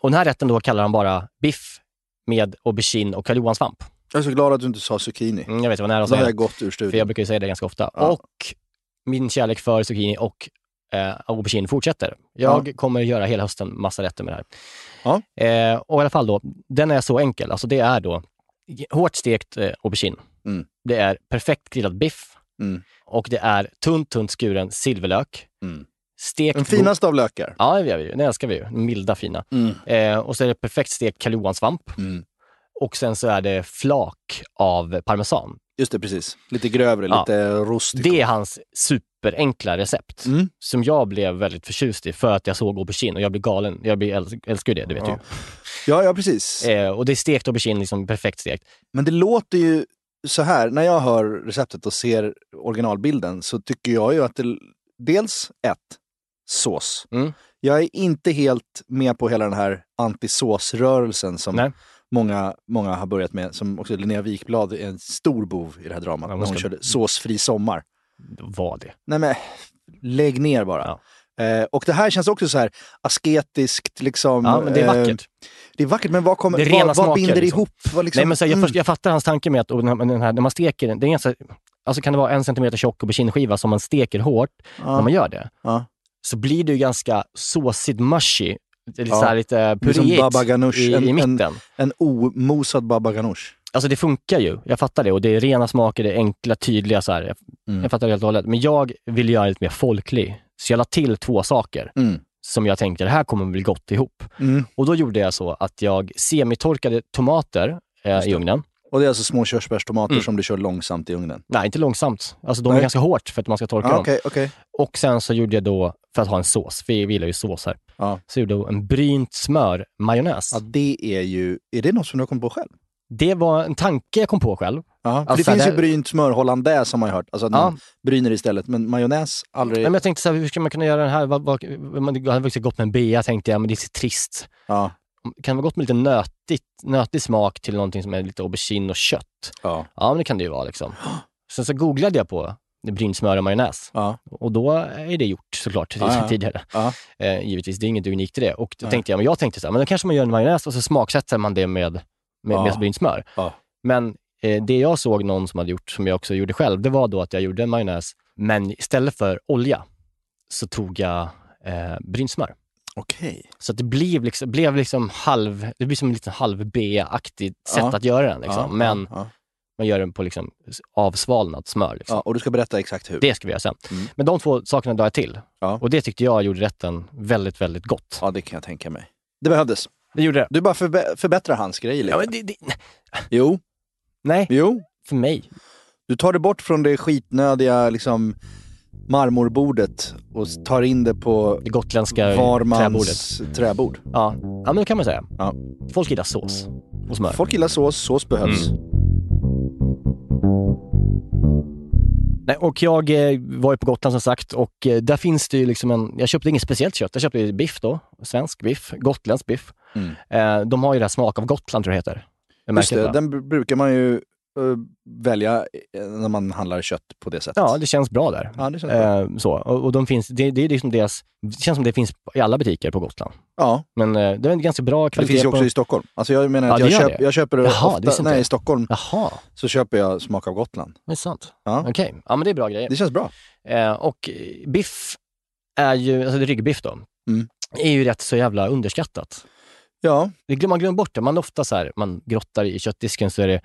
[SPEAKER 4] Och den här rätten då kallar han bara biff med aubergine och karl svamp.
[SPEAKER 3] Jag är så glad att du inte sa zucchini.
[SPEAKER 4] Mm, jag vet, det var nära att
[SPEAKER 3] Då har
[SPEAKER 4] säga
[SPEAKER 3] jag gått ur
[SPEAKER 4] För jag
[SPEAKER 3] studion.
[SPEAKER 4] brukar ju säga det ganska ofta.
[SPEAKER 3] Ja.
[SPEAKER 4] Och min kärlek för zucchini och eh, aubergine fortsätter. Jag kommer göra hela hösten massa rätter med det här. Eh, och i alla fall då, den är så enkel. Alltså det är då hårt stekt eh, aubergine.
[SPEAKER 3] Mm.
[SPEAKER 4] Det är perfekt grillad biff.
[SPEAKER 3] Mm.
[SPEAKER 4] Och det är tunt, tunt skuren silverlök.
[SPEAKER 3] Mm.
[SPEAKER 4] Stekt
[SPEAKER 3] Den finaste av lökar.
[SPEAKER 4] Ja, det gör vi ju. Det älskar vi ju. Milda, fina.
[SPEAKER 3] Mm.
[SPEAKER 4] Eh, och så är det perfekt stekt karl svamp
[SPEAKER 3] Mm.
[SPEAKER 4] Och sen så är det flak av parmesan.
[SPEAKER 3] Just det, precis. Lite grövre,
[SPEAKER 4] Ja.
[SPEAKER 3] lite rostig.
[SPEAKER 4] Det är hans superenkla recept
[SPEAKER 3] Mm.
[SPEAKER 4] som jag blev väldigt förtjust i för att jag såg aubergine och jag blev galen. Jag blir äls- älskar ju det, det vet
[SPEAKER 3] Ja. Ja, ja, precis.
[SPEAKER 4] du. Eh, och det är stekt aubergine, liksom perfekt stekt.
[SPEAKER 3] Men det låter ju så här, när jag hör receptet och ser originalbilden så tycker jag ju att det, dels ett, sås.
[SPEAKER 4] Mm.
[SPEAKER 3] Jag är inte helt med på hela den här antisåsrörelsen som
[SPEAKER 4] Nej.
[SPEAKER 3] många, många har börjat med. Som också Linnea Wikblad är en stor bov i det här dramat.
[SPEAKER 4] Ja, hon
[SPEAKER 3] när hon
[SPEAKER 4] ska-
[SPEAKER 3] körde såsfri sommar.
[SPEAKER 4] Vad det?
[SPEAKER 3] Nej men, lägg ner bara. Eh, och det här känns också så här asketiskt. Liksom,
[SPEAKER 4] Ja, men det är
[SPEAKER 3] eh,
[SPEAKER 4] vackert.
[SPEAKER 3] det är vackert, men vad, kommer,
[SPEAKER 4] Det är rena
[SPEAKER 3] vad,
[SPEAKER 4] smaker,
[SPEAKER 3] vad binder
[SPEAKER 4] liksom.
[SPEAKER 3] ihop? Vad liksom,
[SPEAKER 4] Nej, men så här, jag,
[SPEAKER 3] mm.
[SPEAKER 4] först, jag fattar hans tanke med att och den här, den här, när man steker den, det är ganska, alltså kan det vara en centimeter tjock aubergineskiva som man steker hårt när man gör det.
[SPEAKER 3] Ja.
[SPEAKER 4] Så blir det ju ganska såsigt mushy. Det är
[SPEAKER 3] Ja.
[SPEAKER 4] så här lite
[SPEAKER 3] Det är som baba
[SPEAKER 4] puréigt
[SPEAKER 3] ganoush,
[SPEAKER 4] i,
[SPEAKER 3] en-
[SPEAKER 4] i
[SPEAKER 3] en-
[SPEAKER 4] mitten.
[SPEAKER 3] En omosad baba ganoush.
[SPEAKER 4] Alltså det funkar ju, jag fattar det. Och det är rena smaker, det är enkla, tydliga så här. Jag,
[SPEAKER 3] Mm.
[SPEAKER 4] jag fattar det helt och hållet. Men jag vill göra det lite mer folklig. Så jag la till två saker
[SPEAKER 3] Mm.
[SPEAKER 4] som jag tänkte, det här kommer väl gott ihop.
[SPEAKER 3] Mm.
[SPEAKER 4] Och då gjorde jag så att jag semitorkade tomater eh, i ugnen.
[SPEAKER 3] Och det är alltså små körsbärstomater
[SPEAKER 4] Mm.
[SPEAKER 3] som du kör långsamt i ugnen?
[SPEAKER 4] Nej, inte långsamt. Alltså de är
[SPEAKER 3] Nej.
[SPEAKER 4] ganska hårt för att man ska torka
[SPEAKER 3] Ja,
[SPEAKER 4] dem.
[SPEAKER 3] Okej, okej.
[SPEAKER 4] Och sen så gjorde jag då, för att ha en sås, vi vi gillar ju sås här,
[SPEAKER 3] Ja.
[SPEAKER 4] så gjorde jag en brynt smör majonnäs.
[SPEAKER 3] Ja, det är ju... Är det något som du har kommit på själv?
[SPEAKER 4] Det var en tanke jag kom på själv.
[SPEAKER 3] Ja, för
[SPEAKER 4] Alltså,
[SPEAKER 3] det finns
[SPEAKER 4] det-
[SPEAKER 3] ju brynt smör hollandaise har man ju hört. Alltså att
[SPEAKER 4] Ja.
[SPEAKER 3] man bryner istället. Men majonnäs, aldrig...
[SPEAKER 4] Nej, men jag tänkte så här, hur ska man kunna göra den här? Vad, vad, man, det hade faktiskt gått med en bea tänkte jag, men det är så trist.
[SPEAKER 3] ja,
[SPEAKER 4] Kan det vara gott med lite nötigt, nötig smak till någonting som är lite aubergine och kött?
[SPEAKER 3] ja,
[SPEAKER 4] Ja, men det kan det ju vara liksom. Sen så googlade jag på brynt smör och majonnäs
[SPEAKER 3] ja.
[SPEAKER 4] och då är det gjort såklart
[SPEAKER 3] Ja, ja.
[SPEAKER 4] tidigare.
[SPEAKER 3] Ja.
[SPEAKER 4] Eh, givetvis, det är inget unikt i det. Och då
[SPEAKER 3] Nej.
[SPEAKER 4] tänkte jag, men jag tänkte så här, men då kanske man gör en majonnäs och så smaksätter man det med, med,
[SPEAKER 3] Ja.
[SPEAKER 4] med brynt smör.
[SPEAKER 3] Ja.
[SPEAKER 4] Men eh, det jag såg någon som hade gjort, som jag också gjorde själv, det var då att jag gjorde en majonnäs, men istället för olja så tog jag eh, brynt smör.
[SPEAKER 3] Okej.
[SPEAKER 4] Så att det blev liksom, blev liksom halv, det blir som en liten halv B-aktigt sätt
[SPEAKER 3] Ja.
[SPEAKER 4] att göra den. Liksom.
[SPEAKER 3] Ja,
[SPEAKER 4] men
[SPEAKER 3] ja,
[SPEAKER 4] man gör den på liksom avsvalnat smör. Liksom.
[SPEAKER 3] ja. Och du ska berätta exakt hur.
[SPEAKER 4] Det ska vi göra sen.
[SPEAKER 3] Mm.
[SPEAKER 4] Men de två sakerna drar jag till.
[SPEAKER 3] Ja.
[SPEAKER 4] Och det tyckte jag gjorde rätten väldigt, väldigt gott.
[SPEAKER 3] Ja, det kan jag tänka mig. Det behövdes.
[SPEAKER 4] Det gjorde det.
[SPEAKER 3] Du bara förbe- förbättrar hans grej lite.
[SPEAKER 4] Ja, men det, det
[SPEAKER 3] Jo,
[SPEAKER 4] nej,
[SPEAKER 3] jo.
[SPEAKER 4] för mig.
[SPEAKER 3] Du tar det bort från det skitnödiga liksom, marmorbordet och tar in det på
[SPEAKER 4] Det gotländska träbordet. Mm.
[SPEAKER 3] varmans träbord.
[SPEAKER 4] Ja. ja, men det kan man säga.
[SPEAKER 3] Ja.
[SPEAKER 4] Folk gillar sås och smör.
[SPEAKER 3] Folk gillar sås, sås behövs.
[SPEAKER 4] Mm. Nej, och jag eh, var ju på Gotland som sagt och eh, där finns det ju liksom en, jag köpte inget speciellt kött, jag köpte ju biff då, svensk biff, gotländsk biff.
[SPEAKER 3] Mm.
[SPEAKER 4] Eh, de har ju det här smak av Gotland tror jag det heter. Det
[SPEAKER 3] Just
[SPEAKER 4] märket,
[SPEAKER 3] det,
[SPEAKER 4] va?
[SPEAKER 3] den br- brukar man ju eh, välja eh, när man handlar kött på det sättet.
[SPEAKER 4] Ja, det känns bra där.
[SPEAKER 3] ja, det känns bra.
[SPEAKER 4] Eh, så. Och, och de finns, det, det är liksom deras, det känns som det finns i alla butiker på Gotland.
[SPEAKER 3] ja,
[SPEAKER 4] Men eh, det är en ganska bra
[SPEAKER 3] det
[SPEAKER 4] kvalitet
[SPEAKER 3] finns ju
[SPEAKER 4] på...
[SPEAKER 3] också i Stockholm. Alltså jag menar
[SPEAKER 4] Ja,
[SPEAKER 3] att
[SPEAKER 4] det
[SPEAKER 3] jag,
[SPEAKER 4] gör
[SPEAKER 3] köp,
[SPEAKER 4] det.
[SPEAKER 3] jag köper
[SPEAKER 4] Jaha, det
[SPEAKER 3] ofta,
[SPEAKER 4] visste inte
[SPEAKER 3] nej, i
[SPEAKER 4] jag.
[SPEAKER 3] Stockholm
[SPEAKER 4] Jaha,
[SPEAKER 3] så köper jag smak av Gotland.
[SPEAKER 4] det är sant.
[SPEAKER 3] Ja.
[SPEAKER 4] Okej, ja men det är bra grejer.
[SPEAKER 3] Det känns bra.
[SPEAKER 4] Eh, och eh, biff är ju, alltså det är ryggbiff då,
[SPEAKER 3] Mm.
[SPEAKER 4] är ju rätt så jävla underskattat.
[SPEAKER 3] Ja,
[SPEAKER 4] Det glömmer, man glömmer bort det. Man är ofta så här, man grottar i köttdisken så är det,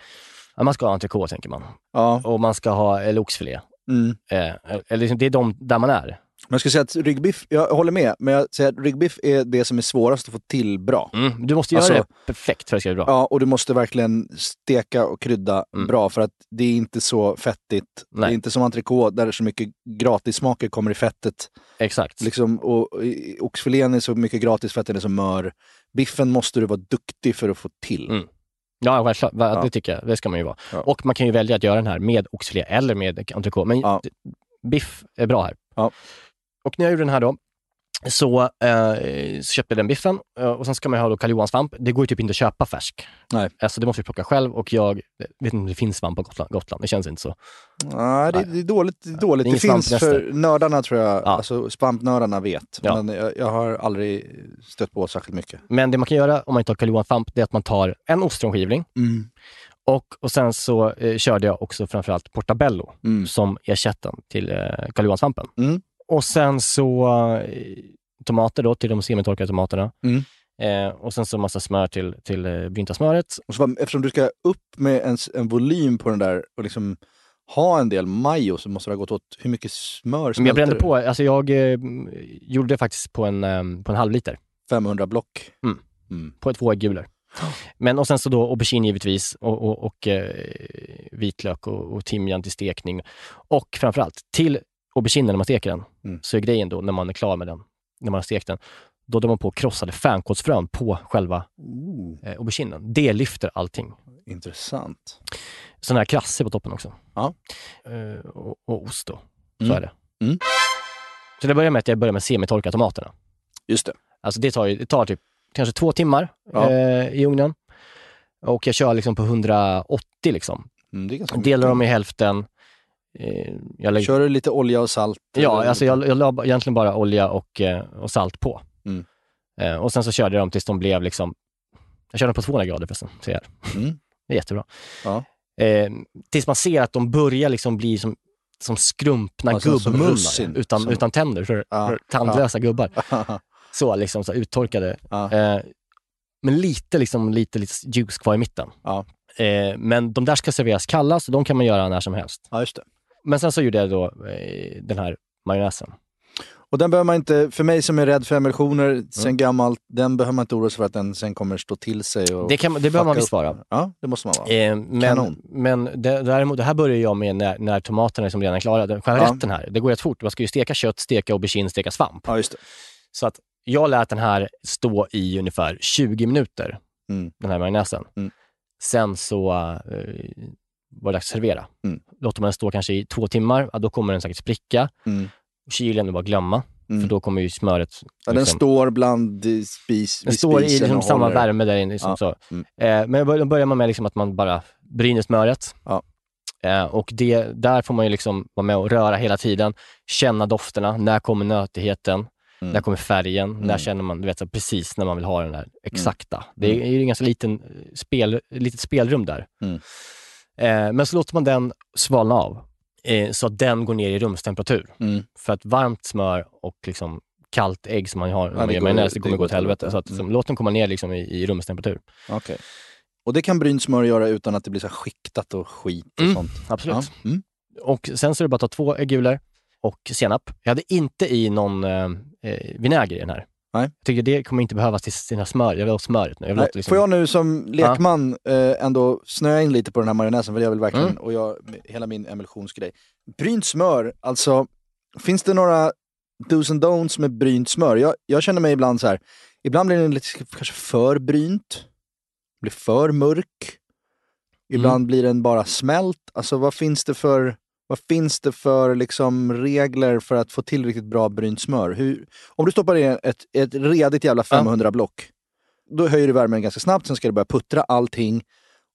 [SPEAKER 4] ja, man ska ha entrecote tänker man.
[SPEAKER 3] ja.
[SPEAKER 4] Och man ska ha, eller oxfilé.
[SPEAKER 3] Mm.
[SPEAKER 4] Eh, eller liksom, det är de där man är.
[SPEAKER 3] Men jag skulle säga att ryggbiff, jag håller med, men jag säger att ryggbiff är det som är svårast att få till bra.
[SPEAKER 4] Mm. Du måste göra
[SPEAKER 3] Alltså-
[SPEAKER 4] det perfekt för att det ska bli bra.
[SPEAKER 3] Ja, och du måste verkligen steka och krydda
[SPEAKER 4] Mm.
[SPEAKER 3] bra för att det är inte så fettigt. Det
[SPEAKER 4] Nej.
[SPEAKER 3] är inte som entrecote där så mycket gratissmaker kommer i fettet.
[SPEAKER 4] Exakt.
[SPEAKER 3] Liksom, och, och, i- oxfilén är så mycket gratis för att den är så mör. Biffen måste du vara duktig för att få till.
[SPEAKER 4] Mm. Ja, självklart. Va-
[SPEAKER 3] Ja.
[SPEAKER 4] Det tycker jag. Det ska man ju vara.
[SPEAKER 3] Ja.
[SPEAKER 4] Och man kan ju välja att göra den här med oxfilé eller med entrecote. Men
[SPEAKER 3] Ja.
[SPEAKER 4] d- biff är bra här.
[SPEAKER 3] Ja.
[SPEAKER 4] Och när jag gjorde den här då, så, eh, så köpte jag den biffen eh, och sen ska man ju ha då karl johan svamp Det går ju typ inte att köpa färsk.
[SPEAKER 3] Nej.
[SPEAKER 4] Alltså det måste vi plocka själv och jag vet inte om det finns svamp på Gotland. Gotland. Det känns inte så.
[SPEAKER 3] Nej, det, det är dåligt. Det, är dåligt.
[SPEAKER 4] Det är
[SPEAKER 3] det
[SPEAKER 4] ingen
[SPEAKER 3] finns
[SPEAKER 4] svampnester.
[SPEAKER 3] för nördarna tror jag,
[SPEAKER 4] Ja.
[SPEAKER 3] alltså svampnördarna vet.
[SPEAKER 4] Ja.
[SPEAKER 3] Men jag, jag har aldrig stött på särskilt mycket.
[SPEAKER 4] Men det man kan göra om man inte har karl johan svamp det är att man tar en ostronskivling och, och sen så eh, körde jag också framförallt portabello.
[SPEAKER 3] Mm.
[SPEAKER 4] som ersättaren till eh, karl Johansvampen.
[SPEAKER 3] Mm.
[SPEAKER 4] Och sen så eh, tomater då till de semitorkade tomaterna.
[SPEAKER 3] Mm.
[SPEAKER 4] Eh, och sen så massa smör till, till eh, brynta smöret.
[SPEAKER 3] Och så, bara- eftersom du ska upp med en, s- en volym på den där och liksom ha en del majo så måste det ha gått åt hur mycket smör
[SPEAKER 4] Men jag brände
[SPEAKER 3] smälter du?
[SPEAKER 4] på, alltså jag eh, gjorde det faktiskt på en, eh, på en halv liter,
[SPEAKER 3] 500 block.
[SPEAKER 4] Mm.
[SPEAKER 3] Mm.
[SPEAKER 4] på två ägguler. Men och sen så då aubergine givetvis och, och, och eh, vitlök och, och timjan till stekning. Och framförallt till auberginen när man steker den,
[SPEAKER 3] Mm.
[SPEAKER 4] så är grejen då när man är klar med den, när man har stekt den, då drar man på krossade fänkålsfrön på själva
[SPEAKER 3] Ooh,
[SPEAKER 4] eh, auberginen. Det lyfter allting.
[SPEAKER 3] intressant.
[SPEAKER 4] Sån här krasse på toppen också.
[SPEAKER 3] Ja.
[SPEAKER 4] Eh, och, och ost då. Så
[SPEAKER 3] Mm.
[SPEAKER 4] är det.
[SPEAKER 3] Mm.
[SPEAKER 4] Så det börjar med att jag börjar med semitorkade tomaterna.
[SPEAKER 3] Just det.
[SPEAKER 4] Alltså det tar, ju, det tar typ kanske två timmar
[SPEAKER 3] Ja.
[SPEAKER 4] eh, i ugnen. Och jag kör liksom på 180 liksom.
[SPEAKER 3] Mm, det är ganska
[SPEAKER 4] Delar
[SPEAKER 3] mycket.
[SPEAKER 4] dem i hälften. Eh, jag lägger,
[SPEAKER 3] Kör du lite olja och salt?
[SPEAKER 4] ja,
[SPEAKER 3] eller- [LAUGHS]
[SPEAKER 4] alltså jag, jag la ba- egentligen bara olja och, eh, och salt på.
[SPEAKER 3] Mm.
[SPEAKER 4] Eh, och sen så körde jag dem tills de blev liksom... Jag körde dem på 200 grader förresten, ser jag.
[SPEAKER 3] Mm.
[SPEAKER 4] [LAUGHS] Det är jättebra.
[SPEAKER 3] Ja.
[SPEAKER 4] Eh, tills man ser att de börjar liksom bli som, som skrumpna
[SPEAKER 3] Alltså, som russin.
[SPEAKER 4] gubbrullar utan,
[SPEAKER 3] Som-
[SPEAKER 4] utan tänder. Så,
[SPEAKER 3] Ja,
[SPEAKER 4] tandlösa gubbar.
[SPEAKER 3] ja.
[SPEAKER 4] Så liksom, så här uttorkade.
[SPEAKER 3] Ja.
[SPEAKER 4] Eh, men lite, liksom, lite, lite juice kvar i mitten.
[SPEAKER 3] Ja.
[SPEAKER 4] Eh, men de där ska serveras kalla, så de kan man göra när som helst.
[SPEAKER 3] ja, just det.
[SPEAKER 4] Men sen så gjorde jag då eh, den här majonnäsen.
[SPEAKER 3] Och den behöver man inte, för mig som är rädd för emulsioner
[SPEAKER 4] Mm.
[SPEAKER 3] sen gammalt, den behöver man inte oroa sig för att den sen kommer stå till sig. Och
[SPEAKER 4] Det, kan, det behöver man
[SPEAKER 3] fucka
[SPEAKER 4] visst
[SPEAKER 3] upp.
[SPEAKER 4] vara.
[SPEAKER 3] Ja, det måste man vara.
[SPEAKER 4] Eh, men
[SPEAKER 3] Kanon.
[SPEAKER 4] men det, däremot, det här börjar jag med när, när tomaterna är som redan är klara. Den- Själva
[SPEAKER 3] Ja.
[SPEAKER 4] rätten här, det går rätt fort. Man ska ju steka kött, steka aubergine, steka svamp.
[SPEAKER 3] Ja, just det.
[SPEAKER 4] Så att jag lät den här stå i ungefär 20 minuter,
[SPEAKER 3] Mm.
[SPEAKER 4] den här majonnäsen.
[SPEAKER 3] Mm.
[SPEAKER 4] Sen så eh, var det dags att servera.
[SPEAKER 3] Mm.
[SPEAKER 4] Låter man den stå kanske i två timmar, ja, då kommer den säkert spricka.
[SPEAKER 3] Mm.
[SPEAKER 4] Kylen är bara att glömma,
[SPEAKER 3] Mm.
[SPEAKER 4] för då kommer ju smöret...
[SPEAKER 3] Ja, den
[SPEAKER 4] liksom-
[SPEAKER 3] står bland eh, spis,
[SPEAKER 4] den
[SPEAKER 3] vid
[SPEAKER 4] står i
[SPEAKER 3] spisen
[SPEAKER 4] liksom
[SPEAKER 3] och
[SPEAKER 4] samma
[SPEAKER 3] håller.
[SPEAKER 4] värme där inne. Liksom
[SPEAKER 3] Ja.
[SPEAKER 4] så.
[SPEAKER 3] Mm.
[SPEAKER 4] Eh, men bör- då börjar man med liksom att man bara bryner smöret.
[SPEAKER 3] Ja.
[SPEAKER 4] Eh, och det, där får man ju liksom vara med och röra hela tiden, känna dofterna. När kommer nötigheten?
[SPEAKER 3] Mm.
[SPEAKER 4] När kommer färgen? När
[SPEAKER 3] Mm.
[SPEAKER 4] känner man du vet, så här, precis när man vill ha den här exakta? Det är ju en ganska liten eh, spel, litet spelrum där.
[SPEAKER 3] Mm.
[SPEAKER 4] Eh, men så låter man den svalna av, eh, så att den går ner i rumstemperatur.
[SPEAKER 3] Mm.
[SPEAKER 4] För att varmt smör och liksom kallt ägg som man har när man
[SPEAKER 3] det
[SPEAKER 4] gör
[SPEAKER 3] går-
[SPEAKER 4] majonnäs, det
[SPEAKER 3] det
[SPEAKER 4] kommer gå åt helvete. Så att,
[SPEAKER 3] Mm.
[SPEAKER 4] liksom, låt den komma ner liksom i, i rumstemperatur.
[SPEAKER 3] Okej. Och det kan brynt smör göra utan att det blir så här skiktat och skit och
[SPEAKER 4] Mm,
[SPEAKER 3] sånt.
[SPEAKER 4] Absolut.
[SPEAKER 3] Ja. Mm.
[SPEAKER 4] Och sen så är det bara att ta två äggulor och senap. Jag hade inte i någon eh, eh, vinäger i den här.
[SPEAKER 3] Nej.
[SPEAKER 4] Jag tycker det kommer inte behövas till sina smör. Jag vill ha smöret nu. Jag vill
[SPEAKER 3] Nej,
[SPEAKER 4] åt liksom...
[SPEAKER 3] Får jag nu som lekman eh, ändå snöa in lite på den här majonnäsen, för jag vill verkligen,
[SPEAKER 4] Mm.
[SPEAKER 3] och jag, hela min emulsionsgrej. Brynt smör, alltså, finns det några dos and don'ts med brynt smör? Jag, jag känner mig ibland så här, ibland blir den lite kanske för brynt, blir för mörk, ibland
[SPEAKER 4] Mm.
[SPEAKER 3] blir den bara smält. Alltså vad finns det för, vad finns det för liksom regler för att få till riktigt bra brynt smör? Hur, om du stoppar in ett, ett redigt jävla 500-block, då höjer du värmen ganska snabbt, sen ska du börja puttra allting.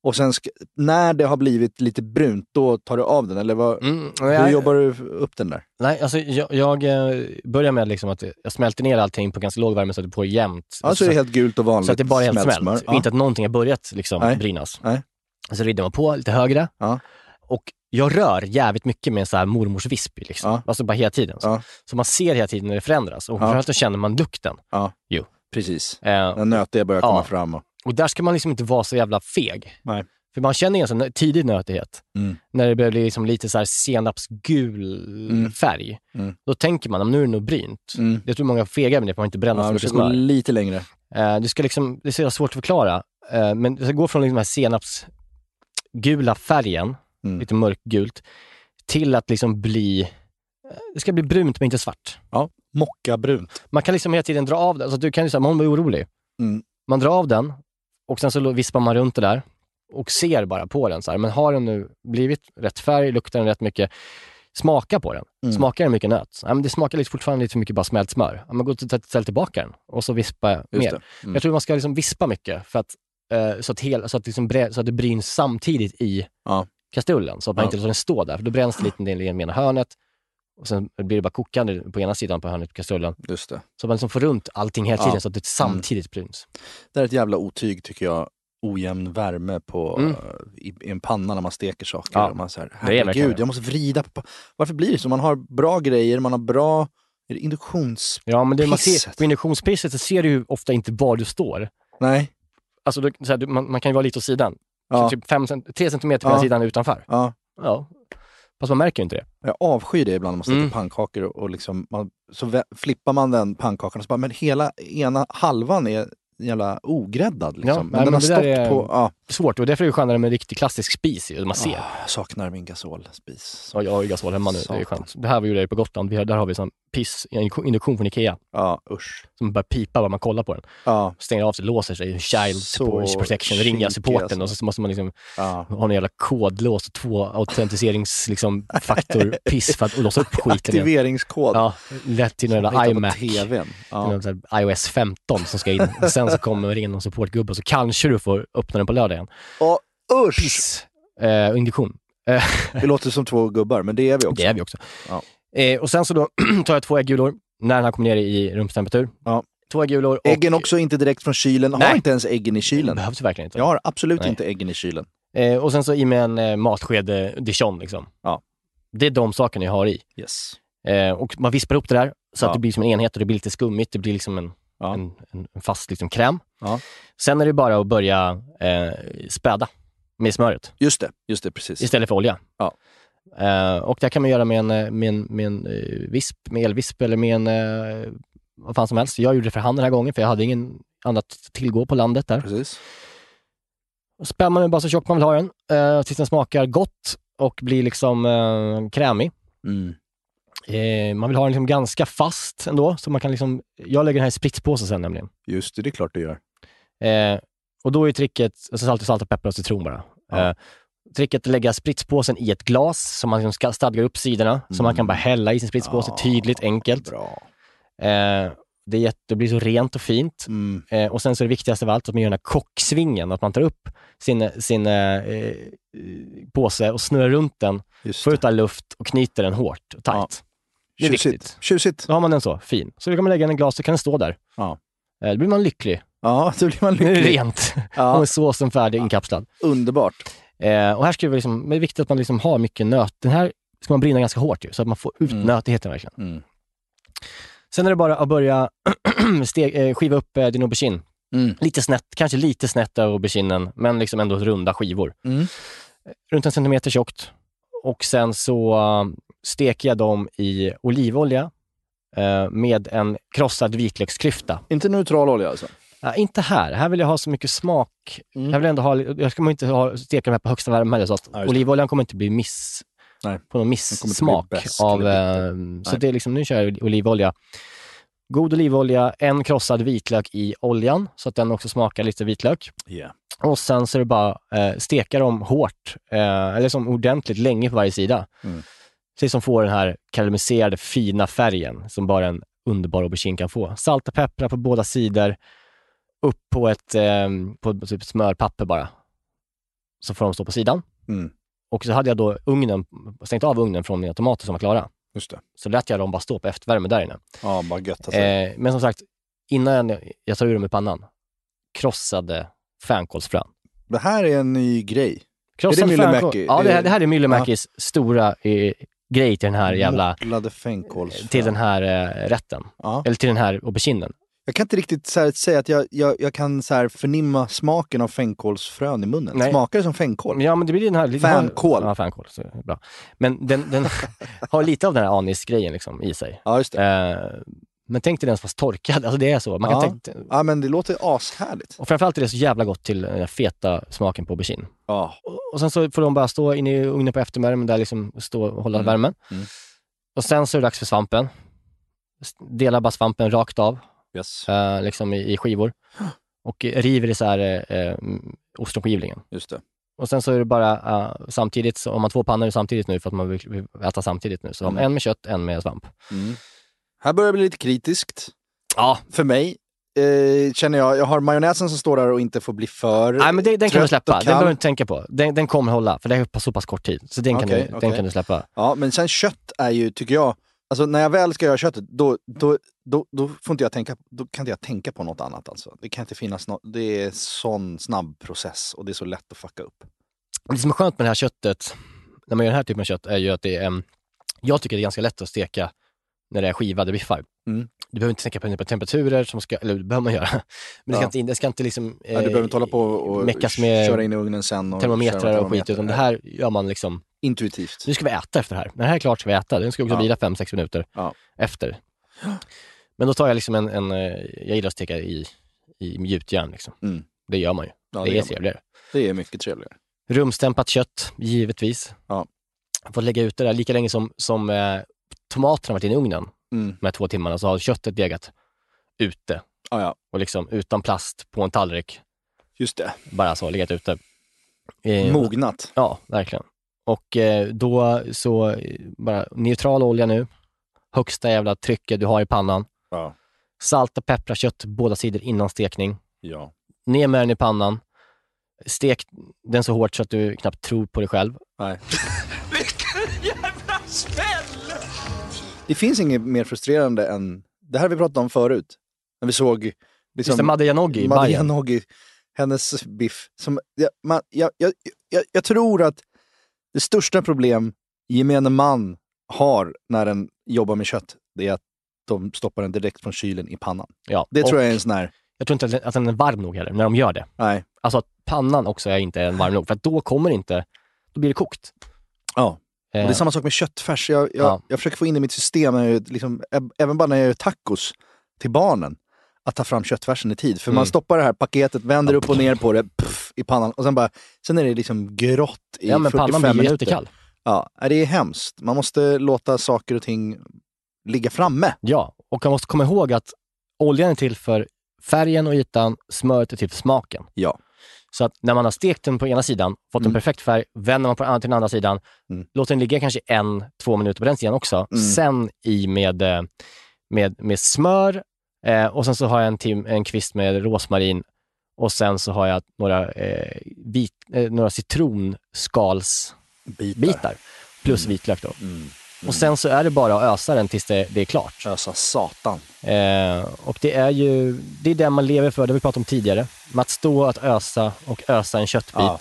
[SPEAKER 3] Och sen ska, när det har blivit lite brunt, då tar du av den? Eller vad,
[SPEAKER 4] Mm,
[SPEAKER 3] hur
[SPEAKER 4] nej,
[SPEAKER 3] jobbar du upp den där?
[SPEAKER 4] nej, alltså, jag, jag eh, börjar med liksom att jag smälter ner allting på ganska låg värme så att det på jämnt.
[SPEAKER 3] Alltså är det helt gult och vanligt
[SPEAKER 4] Så att det bara är helt
[SPEAKER 3] smält
[SPEAKER 4] smält.
[SPEAKER 3] smör. Ja.
[SPEAKER 4] Inte att någonting har börjat liksom
[SPEAKER 3] Nej.
[SPEAKER 4] brynas.
[SPEAKER 3] Nej.
[SPEAKER 4] Så rider man på lite högre.
[SPEAKER 3] Ja.
[SPEAKER 4] Och jag rör jävligt mycket med en så här mormors visp. Liksom.
[SPEAKER 3] Ja.
[SPEAKER 4] Alltså bara hela tiden. Så.
[SPEAKER 3] Ja.
[SPEAKER 4] så man ser hela tiden när det förändras. Och
[SPEAKER 3] Ja.
[SPEAKER 4] framförallt så känner man lukten.
[SPEAKER 3] Precis.
[SPEAKER 4] Eh,
[SPEAKER 3] När nötiga börjar
[SPEAKER 4] Ja.
[SPEAKER 3] komma fram. Och,
[SPEAKER 4] och där ska man liksom inte vara så jävla feg.
[SPEAKER 3] Nej.
[SPEAKER 4] För man känner en sån tidig nötighet.
[SPEAKER 3] Mm.
[SPEAKER 4] När det börjar bli liksom lite så här senapsgul
[SPEAKER 3] Mm.
[SPEAKER 4] färg.
[SPEAKER 3] Mm.
[SPEAKER 4] Då tänker man, "Ja, men nu är det nog brynt.
[SPEAKER 3] mm.
[SPEAKER 4] Jag tror många fegar med det, för man inte bränner
[SPEAKER 3] Ja,
[SPEAKER 4] så
[SPEAKER 3] du
[SPEAKER 4] mycket
[SPEAKER 3] ska gå
[SPEAKER 4] smör.
[SPEAKER 3] lite längre.
[SPEAKER 4] Eh, Du ska liksom, det är så jävla svårt att förklara, eh, men det ska gå från liksom den här senapsgula färgen,
[SPEAKER 3] Mm.
[SPEAKER 4] lite mörkgult, till att liksom bli, eh, det ska bli brunt men inte svart.
[SPEAKER 3] Mockabrunt.
[SPEAKER 4] Man kan liksom hela tiden dra av den, alltså du kan ju säga, man blir orolig.
[SPEAKER 3] Mm.
[SPEAKER 4] Man drar av den och sen så lo- vispar man runt det där och ser bara på den så här. Men har den nu blivit rätt färg, luktar den rätt mycket, smaka på den.
[SPEAKER 3] Mm.
[SPEAKER 4] Smakar den mycket nöt? Ja, men det smakar liksom fortfarande lite för mycket bara smält smör. Ja, men gå och ta- ställ tillbaka den och så vispa mer.
[SPEAKER 3] Just det. Mm.
[SPEAKER 4] Jag tror man ska liksom vispa mycket för att, eh, så, att hel, så, att liksom brä, så att det bryns samtidigt i
[SPEAKER 3] Ja.
[SPEAKER 4] kastrullen. Så att man
[SPEAKER 3] Ja. Ah.
[SPEAKER 4] inte låter den stå där. För då bränns det lite del i ena hörnet och sen blir det bara kokande på ena sidan på hörnet på kastrullen.
[SPEAKER 3] Just det.
[SPEAKER 4] Så man liksom får runt allting hela
[SPEAKER 3] Ja. Mm.
[SPEAKER 4] tiden så att det samtidigt bryns.
[SPEAKER 3] det är ett jävla otyg tycker jag. Ojämn värme på,
[SPEAKER 4] Mm.
[SPEAKER 3] eh, i, i en panna när man steker saker.
[SPEAKER 4] Ja.
[SPEAKER 3] Och Man så här,
[SPEAKER 4] Det är verkligen
[SPEAKER 3] herregud,
[SPEAKER 4] det.
[SPEAKER 3] jag måste vrida på... Varför blir det så? Man har bra grejer, man har bra är det induktions...
[SPEAKER 4] Ja, men det man ser,
[SPEAKER 3] Pisset.
[SPEAKER 4] på induktionspisset så ser du ju ofta inte var du står.
[SPEAKER 3] Nej.
[SPEAKER 4] Alltså, du, så här, du, man, man kan ju vara lite åt sidan.
[SPEAKER 3] Ja.
[SPEAKER 4] Så typ fem, cent- tre centimeter på ena
[SPEAKER 3] Ja.
[SPEAKER 4] sidan utanför.
[SPEAKER 3] Ja.
[SPEAKER 4] Ja. Fast man märker ju inte det.
[SPEAKER 3] Jag avskyr det ibland när man steker
[SPEAKER 4] Mm.
[SPEAKER 3] pannkakor och, och liksom, man, så vä- flippar man den pannkakan och så bara, men hela ena halvan är jävla ogräddad. Liksom.
[SPEAKER 4] Ja,
[SPEAKER 3] men
[SPEAKER 4] nej,
[SPEAKER 3] den
[SPEAKER 4] men
[SPEAKER 3] har
[SPEAKER 4] det där
[SPEAKER 3] stått
[SPEAKER 4] är-
[SPEAKER 3] på... Ja,
[SPEAKER 4] Svårt, och därför är det skönare med en riktig klassisk spis ju, där man ser.
[SPEAKER 3] Åh, jag saknar min gasolspis.
[SPEAKER 4] Ja, jag har ju gasol hemma nu. Det är
[SPEAKER 3] Satan.
[SPEAKER 4] skönt. Det här vi gjorde på Gotland, vi har, där har vi sån piss, en induktion från Ikea,
[SPEAKER 3] Ja, usch.
[SPEAKER 4] som börjar pipa bara man kollar på den.
[SPEAKER 3] Ja,
[SPEAKER 4] Stänger av sig, låser sig, child
[SPEAKER 3] Så
[SPEAKER 4] protection,
[SPEAKER 3] kinky,
[SPEAKER 4] ringa supporten
[SPEAKER 3] alltså.
[SPEAKER 4] och så måste man liksom
[SPEAKER 3] ja.
[SPEAKER 4] ha en jävla kodlås och två
[SPEAKER 3] [LAUGHS]
[SPEAKER 4] autentiseringsfaktor liksom, faktor piss för att låsa upp skiten igen.
[SPEAKER 3] Aktiveringskod.
[SPEAKER 4] Ja, lätt till någon
[SPEAKER 3] Jag
[SPEAKER 4] jävla
[SPEAKER 3] hittar på
[SPEAKER 4] iMac. Till
[SPEAKER 3] TVn. Ja.
[SPEAKER 4] någon sån här iOS 15 som
[SPEAKER 3] [LAUGHS]
[SPEAKER 4] ska in. Sen så kommer det in någon supportgubbe och så kanske du får öppna den på lördag igen.
[SPEAKER 3] Åh, usch!
[SPEAKER 4] Piss! Eh, och induktion. Eh,
[SPEAKER 3] Vi låter som två gubbar, men det är vi också.
[SPEAKER 4] Det är vi också.
[SPEAKER 3] Ja.
[SPEAKER 4] Eh, och sen så då [CLEARS THROAT] tar jag två äggulor när den här kommer ner i rumstemperatur.
[SPEAKER 3] Ja.
[SPEAKER 4] Två äggulor och...
[SPEAKER 3] Äggen också inte direkt från kylen. Har
[SPEAKER 4] Nej.
[SPEAKER 3] inte ens äggen i kylen.
[SPEAKER 4] behövs verkligen inte.
[SPEAKER 3] Jag har absolut
[SPEAKER 4] Nej.
[SPEAKER 3] inte äggen i kylen.
[SPEAKER 4] Eh, och sen så i med en eh, matsked eh, dijon liksom.
[SPEAKER 3] Ja.
[SPEAKER 4] Det är de sakerna jag har i.
[SPEAKER 3] Yes.
[SPEAKER 4] Eh, och man vispar upp det där så
[SPEAKER 3] Ja.
[SPEAKER 4] att det blir som en enhet och det blir lite skummigt. Det blir liksom en,
[SPEAKER 3] Ja.
[SPEAKER 4] en, en, en fast liksom, kräm.
[SPEAKER 3] Ja.
[SPEAKER 4] Sen är det bara att börja eh, späda med smöret
[SPEAKER 3] Just det, just det, precis.
[SPEAKER 4] istället för olja.
[SPEAKER 3] Ja.
[SPEAKER 4] Eh, och det här kan man göra med en, eh, med en, med en eh, visp, med elvisp eller med en eh, vad fan som helst. Jag gjorde det för hand den här gången för jag hade ingen annat tillgå på landet där.
[SPEAKER 3] Precis.
[SPEAKER 4] Och Spänner man den bara så tjock man vill ha den eh, tills den smakar gott och blir liksom eh, krämig.
[SPEAKER 3] Mm.
[SPEAKER 4] Eh, man vill ha den liksom ganska fast ändå, så man kan liksom, jag lägger den här i spritspåsen sen nämligen.
[SPEAKER 3] Just det, det är klart du gör.
[SPEAKER 4] Eh, och då är tricket, alltså salt, salt och peppar och citron bara.
[SPEAKER 3] Ja.
[SPEAKER 4] Eh, tricket är att lägga spritspåsen i ett glas som man liksom ska- stadgar upp sidorna, så man kan bara hälla i sin spritspåse,
[SPEAKER 3] Mm. Ja,
[SPEAKER 4] tydligt, enkelt.
[SPEAKER 3] Bra.
[SPEAKER 4] Eh, det, är jätte, det blir så rent och fint.
[SPEAKER 3] Mm.
[SPEAKER 4] Eh, och sen så är det viktigaste av allt att man gör den här kocksvingen, att man tar upp sin, sin eh, eh, påse och snurrar runt den,
[SPEAKER 3] Just
[SPEAKER 4] får ut
[SPEAKER 3] det.
[SPEAKER 4] all luft och knyter den hårt och tajt.
[SPEAKER 3] Ja.
[SPEAKER 4] det är
[SPEAKER 3] Tjusigt.
[SPEAKER 4] viktigt.
[SPEAKER 3] Tjusigt.
[SPEAKER 4] Då har man den så, fin. Så kan man lägga den i glas så kan den stå där.
[SPEAKER 3] Ja.
[SPEAKER 4] Eh, Då blir man lycklig.
[SPEAKER 3] Ja, [LAUGHS] då blir man
[SPEAKER 4] Nu är det
[SPEAKER 3] lycklig.
[SPEAKER 4] rent. [LAUGHS] Och
[SPEAKER 3] Ja,
[SPEAKER 4] med såsen färdig inkapslad.
[SPEAKER 3] underbart.
[SPEAKER 4] Eh, och här ska vi liksom, men det är viktigt att man liksom har mycket nöt. Den här ska man brinna ganska hårt ju, så att man får ut
[SPEAKER 3] Mm.
[SPEAKER 4] nötigheten verkligen.
[SPEAKER 3] Mm.
[SPEAKER 4] Sen är det bara att börja [CLEARS THROAT] steg, eh, skiva upp eh, din aubergine.
[SPEAKER 3] Mm.
[SPEAKER 4] Lite snett, kanske lite snett över auberginen, men liksom ändå runda skivor. Eh,
[SPEAKER 3] Mm.
[SPEAKER 4] Runt en centimeter tjockt. Och sen så eh, steker jag dem i olivolja eh, med en krossad vitlöksklyfta.
[SPEAKER 3] Inte neutral olja alltså?
[SPEAKER 4] Ja, inte här. Här vill jag ha så mycket smak.
[SPEAKER 3] Mm.
[SPEAKER 4] Jag vill ändå ha, jag ska inte ha, steka de här på högsta värme heller, så att
[SPEAKER 3] Ja, just det.
[SPEAKER 4] olivoljan kommer inte bli miss,
[SPEAKER 3] Nej.
[SPEAKER 4] på någon
[SPEAKER 3] kommer inte
[SPEAKER 4] missmak
[SPEAKER 3] bli besk
[SPEAKER 4] av...
[SPEAKER 3] eller
[SPEAKER 4] Eh, så
[SPEAKER 3] Nej.
[SPEAKER 4] det är liksom, nu kör jag olivolja. God olivolja, en krossad vitlök i oljan, så att den också smakar lite vitlök.
[SPEAKER 3] Yeah.
[SPEAKER 4] Och sen så är det bara eh, steka dem hårt, eh, eller som ordentligt, länge på varje sida.
[SPEAKER 3] Mm.
[SPEAKER 4] Tills de får den här karamelliserade fina färgen som bara en underbar aubergine kan få. Salta peppra på båda sidor, upp på ett, eh, på ett typ smörpapper bara. Så får de stå på sidan.
[SPEAKER 3] Mm.
[SPEAKER 4] Och så hade jag då ugnen, stängt av ugnen från mina tomater som var klara.
[SPEAKER 3] Just det.
[SPEAKER 4] Så lät jag dem bara stå på eftervärme där inne.
[SPEAKER 3] Ja, bara götta sig.
[SPEAKER 4] Eh, men som sagt, innan jag tar ur dem ur pannan, krossade fänkålsfrön.
[SPEAKER 3] Det här är en ny grej.
[SPEAKER 4] Krossade
[SPEAKER 3] Är det Myllymäki?
[SPEAKER 4] fänkål- Ja, det här, det här är Myllymäkis stora eh, grej till den
[SPEAKER 3] Mm.
[SPEAKER 4] här jävla,
[SPEAKER 3] Modlade fänkålsfrön.
[SPEAKER 4] till den här eh, rätten.
[SPEAKER 3] Ja.
[SPEAKER 4] Eller till den här auberginen.
[SPEAKER 3] Jag kan inte riktigt så här säga att jag, jag, jag kan så här förnimma smaken av fänkålsfrön i munnen.
[SPEAKER 4] Nej. Mm.
[SPEAKER 3] Smakar det som fänkål?
[SPEAKER 4] Ja, men det blir den här...
[SPEAKER 3] Fänkål.
[SPEAKER 4] Ja, fänkål. Så, bra. Men den, den [LAUGHS] har lite av den här anisgrejen liksom, i sig.
[SPEAKER 3] Ja, just det.
[SPEAKER 4] Eh, men tänk dig den som var torkad. Alltså det är så. Man kan
[SPEAKER 3] Ja.
[SPEAKER 4] tänka,
[SPEAKER 3] Ja, men det låter ashärligt.
[SPEAKER 4] och framförallt är det så jävla gott till den här feta smaken på aubergine.
[SPEAKER 3] Ja.
[SPEAKER 4] Och- Och sen så får de bara stå inne i ugnen på eftermiddagen, där liksom stå och hålla
[SPEAKER 3] Mm.
[SPEAKER 4] värmen.
[SPEAKER 3] Mm.
[SPEAKER 4] Och sen så är det dags för svampen. S- Delar bara svampen rakt av,
[SPEAKER 3] Yes.
[SPEAKER 4] eh, liksom i, i skivor. Och eh, river isär eh, eh, ostronskivlingen.
[SPEAKER 3] Just det.
[SPEAKER 4] Och sen så är det bara eh, samtidigt, så om man har två pannor samtidigt nu för att man vill vill äta samtidigt nu, så har man
[SPEAKER 3] Mm.
[SPEAKER 4] en med kött, en med svamp.
[SPEAKER 3] Mm. Här börjar det bli lite kritiskt
[SPEAKER 4] Ja,
[SPEAKER 3] för mig. Eh, känner jag. Jag har majonnäsen som står där och inte får bli för...
[SPEAKER 4] nej, men det, den kan du
[SPEAKER 3] Trött
[SPEAKER 4] släppa.
[SPEAKER 3] och
[SPEAKER 4] Den
[SPEAKER 3] kall.
[SPEAKER 4] behöver du inte tänka på. Den, den kommer hålla, för det är så pass kort tid. Så den, kan,
[SPEAKER 3] Okej,
[SPEAKER 4] du, den
[SPEAKER 3] okej.
[SPEAKER 4] kan du släppa.
[SPEAKER 3] Ja, men sen kött är ju, tycker jag, alltså när jag väl ska göra köttet, då, då, då, då får inte jag tänka, då kan inte jag tänka på något annat alltså. Det kan inte finnas något, det är sån snabb process och det är så lätt att fucka upp.
[SPEAKER 4] Det som är skönt med det här köttet, när man gör den här typen av kött, är ju att det är, em, jag tycker det är ganska lätt att steka när det är skivade biffar.
[SPEAKER 3] Mm.
[SPEAKER 4] Du behöver inte tänka på- på temperaturer, som ska, eller det behöver man göra. [LAUGHS] Men det ska
[SPEAKER 3] Ja.
[SPEAKER 4] inte, in- det ska inte liksom,
[SPEAKER 3] Ja, du behöver inte hålla på och
[SPEAKER 4] Eh, meckas med
[SPEAKER 3] köra in i ugnen sen och
[SPEAKER 4] termometrar
[SPEAKER 3] köra
[SPEAKER 4] och skit, utan det här gör man liksom,
[SPEAKER 3] Intuitivt.
[SPEAKER 4] nu ska vi äta efter det här. När det här är klart ska vi äta. Den ska också
[SPEAKER 3] Ja.
[SPEAKER 4] vila 5-6 minuter
[SPEAKER 3] Ja.
[SPEAKER 4] efter. Men då tar jag liksom en, en eh, jag gillar att steka i, i gjutjärn liksom.
[SPEAKER 3] Mm.
[SPEAKER 4] Det gör man ju.
[SPEAKER 3] Ja,
[SPEAKER 4] det,
[SPEAKER 3] gör
[SPEAKER 4] är
[SPEAKER 3] man.
[SPEAKER 4] trevligare.
[SPEAKER 3] det är mycket trevligare.
[SPEAKER 4] Rumstempat kött, givetvis.
[SPEAKER 3] Ja.
[SPEAKER 4] Fått lägga ut det där lika länge som, som eh, tomaterna varit inne i ugnen,
[SPEAKER 3] Mm.
[SPEAKER 4] de här två timmarna, så har köttet legat ute
[SPEAKER 3] Ja, ja,
[SPEAKER 4] och liksom utan plast på en tallrik,
[SPEAKER 3] just det.
[SPEAKER 4] bara så, legat ute. Eh,
[SPEAKER 3] Mognat.
[SPEAKER 4] Ja, verkligen. Och eh, då så, eh, bara neutral olja nu, högsta jävla trycket du har i pannan,
[SPEAKER 3] Ja.
[SPEAKER 4] salta, peppra kött på båda sidor innan stekning,
[SPEAKER 3] Ja.
[SPEAKER 4] ner med den i pannan, stek den så hårt så att du knappt tror på dig själv.
[SPEAKER 3] Nej. Det finns inget mer frustrerande än, det här har vi pratat om förut, när vi såg
[SPEAKER 4] Just det,
[SPEAKER 3] liksom,
[SPEAKER 4] Madde Janogy i
[SPEAKER 3] Maria
[SPEAKER 4] Bayern.
[SPEAKER 3] Nogi, hennes biff. Som, jag, man, jag, jag, jag, jag tror att det största problem gemene man har när den jobbar med kött, det är att de stoppar den direkt från kylen i pannan.
[SPEAKER 4] Ja.
[SPEAKER 3] Det tror
[SPEAKER 4] och
[SPEAKER 3] jag är en sån här,
[SPEAKER 4] jag tror inte att den- att den är varm nog heller, när de gör det.
[SPEAKER 3] nej,
[SPEAKER 4] Alltså att pannan också är inte varm nog, för att då kommer inte, då blir det kokt.
[SPEAKER 3] ja, Och det är samma sak med köttfärs. Jag, jag,
[SPEAKER 4] Ja.
[SPEAKER 3] jag försöker få in i mitt system, när jag, liksom, ä- även bara när jag gör tacos till barnen, att ta fram köttfärsen i tid. För man
[SPEAKER 4] Mm.
[SPEAKER 3] stoppar det här paketet, vänder upp och ner på
[SPEAKER 4] [LAUGHS]
[SPEAKER 3] det puff, i pannan och sen bara, sen är det liksom grått i
[SPEAKER 4] ja, men
[SPEAKER 3] 45
[SPEAKER 4] pannan blir
[SPEAKER 3] minuter.
[SPEAKER 4] jättekall.
[SPEAKER 3] Ja, nej, det är hemskt. Man måste låta saker och ting ligga framme.
[SPEAKER 4] Ja, och man måste komma ihåg att oljan är till för färgen och ytan, smöret är till för smaken.
[SPEAKER 3] Ja.
[SPEAKER 4] Så att när man har stekt den på ena sidan, fått
[SPEAKER 3] Mm.
[SPEAKER 4] en perfekt färg, vänder man på den, till den andra sidan,
[SPEAKER 3] Mm.
[SPEAKER 4] låter den ligga kanske en, två minuter på den sidan också.
[SPEAKER 3] Mm.
[SPEAKER 4] Sen i med, eh, med, med smör eh, och sen så har jag en, tim, en kvist med rosmarin och sen så har jag några, eh, vit, eh, några citronskalsbitar
[SPEAKER 3] Bitar.
[SPEAKER 4] plus vitlök då.
[SPEAKER 3] Mm.
[SPEAKER 4] Och sen så är det bara att ösa den tills det, det är klart.
[SPEAKER 3] Ösa satan.
[SPEAKER 4] Eh, och det är ju det är det man lever för, det har vi pratat om tidigare. Med att stå att ösa och ösa en köttbit.
[SPEAKER 3] Ja.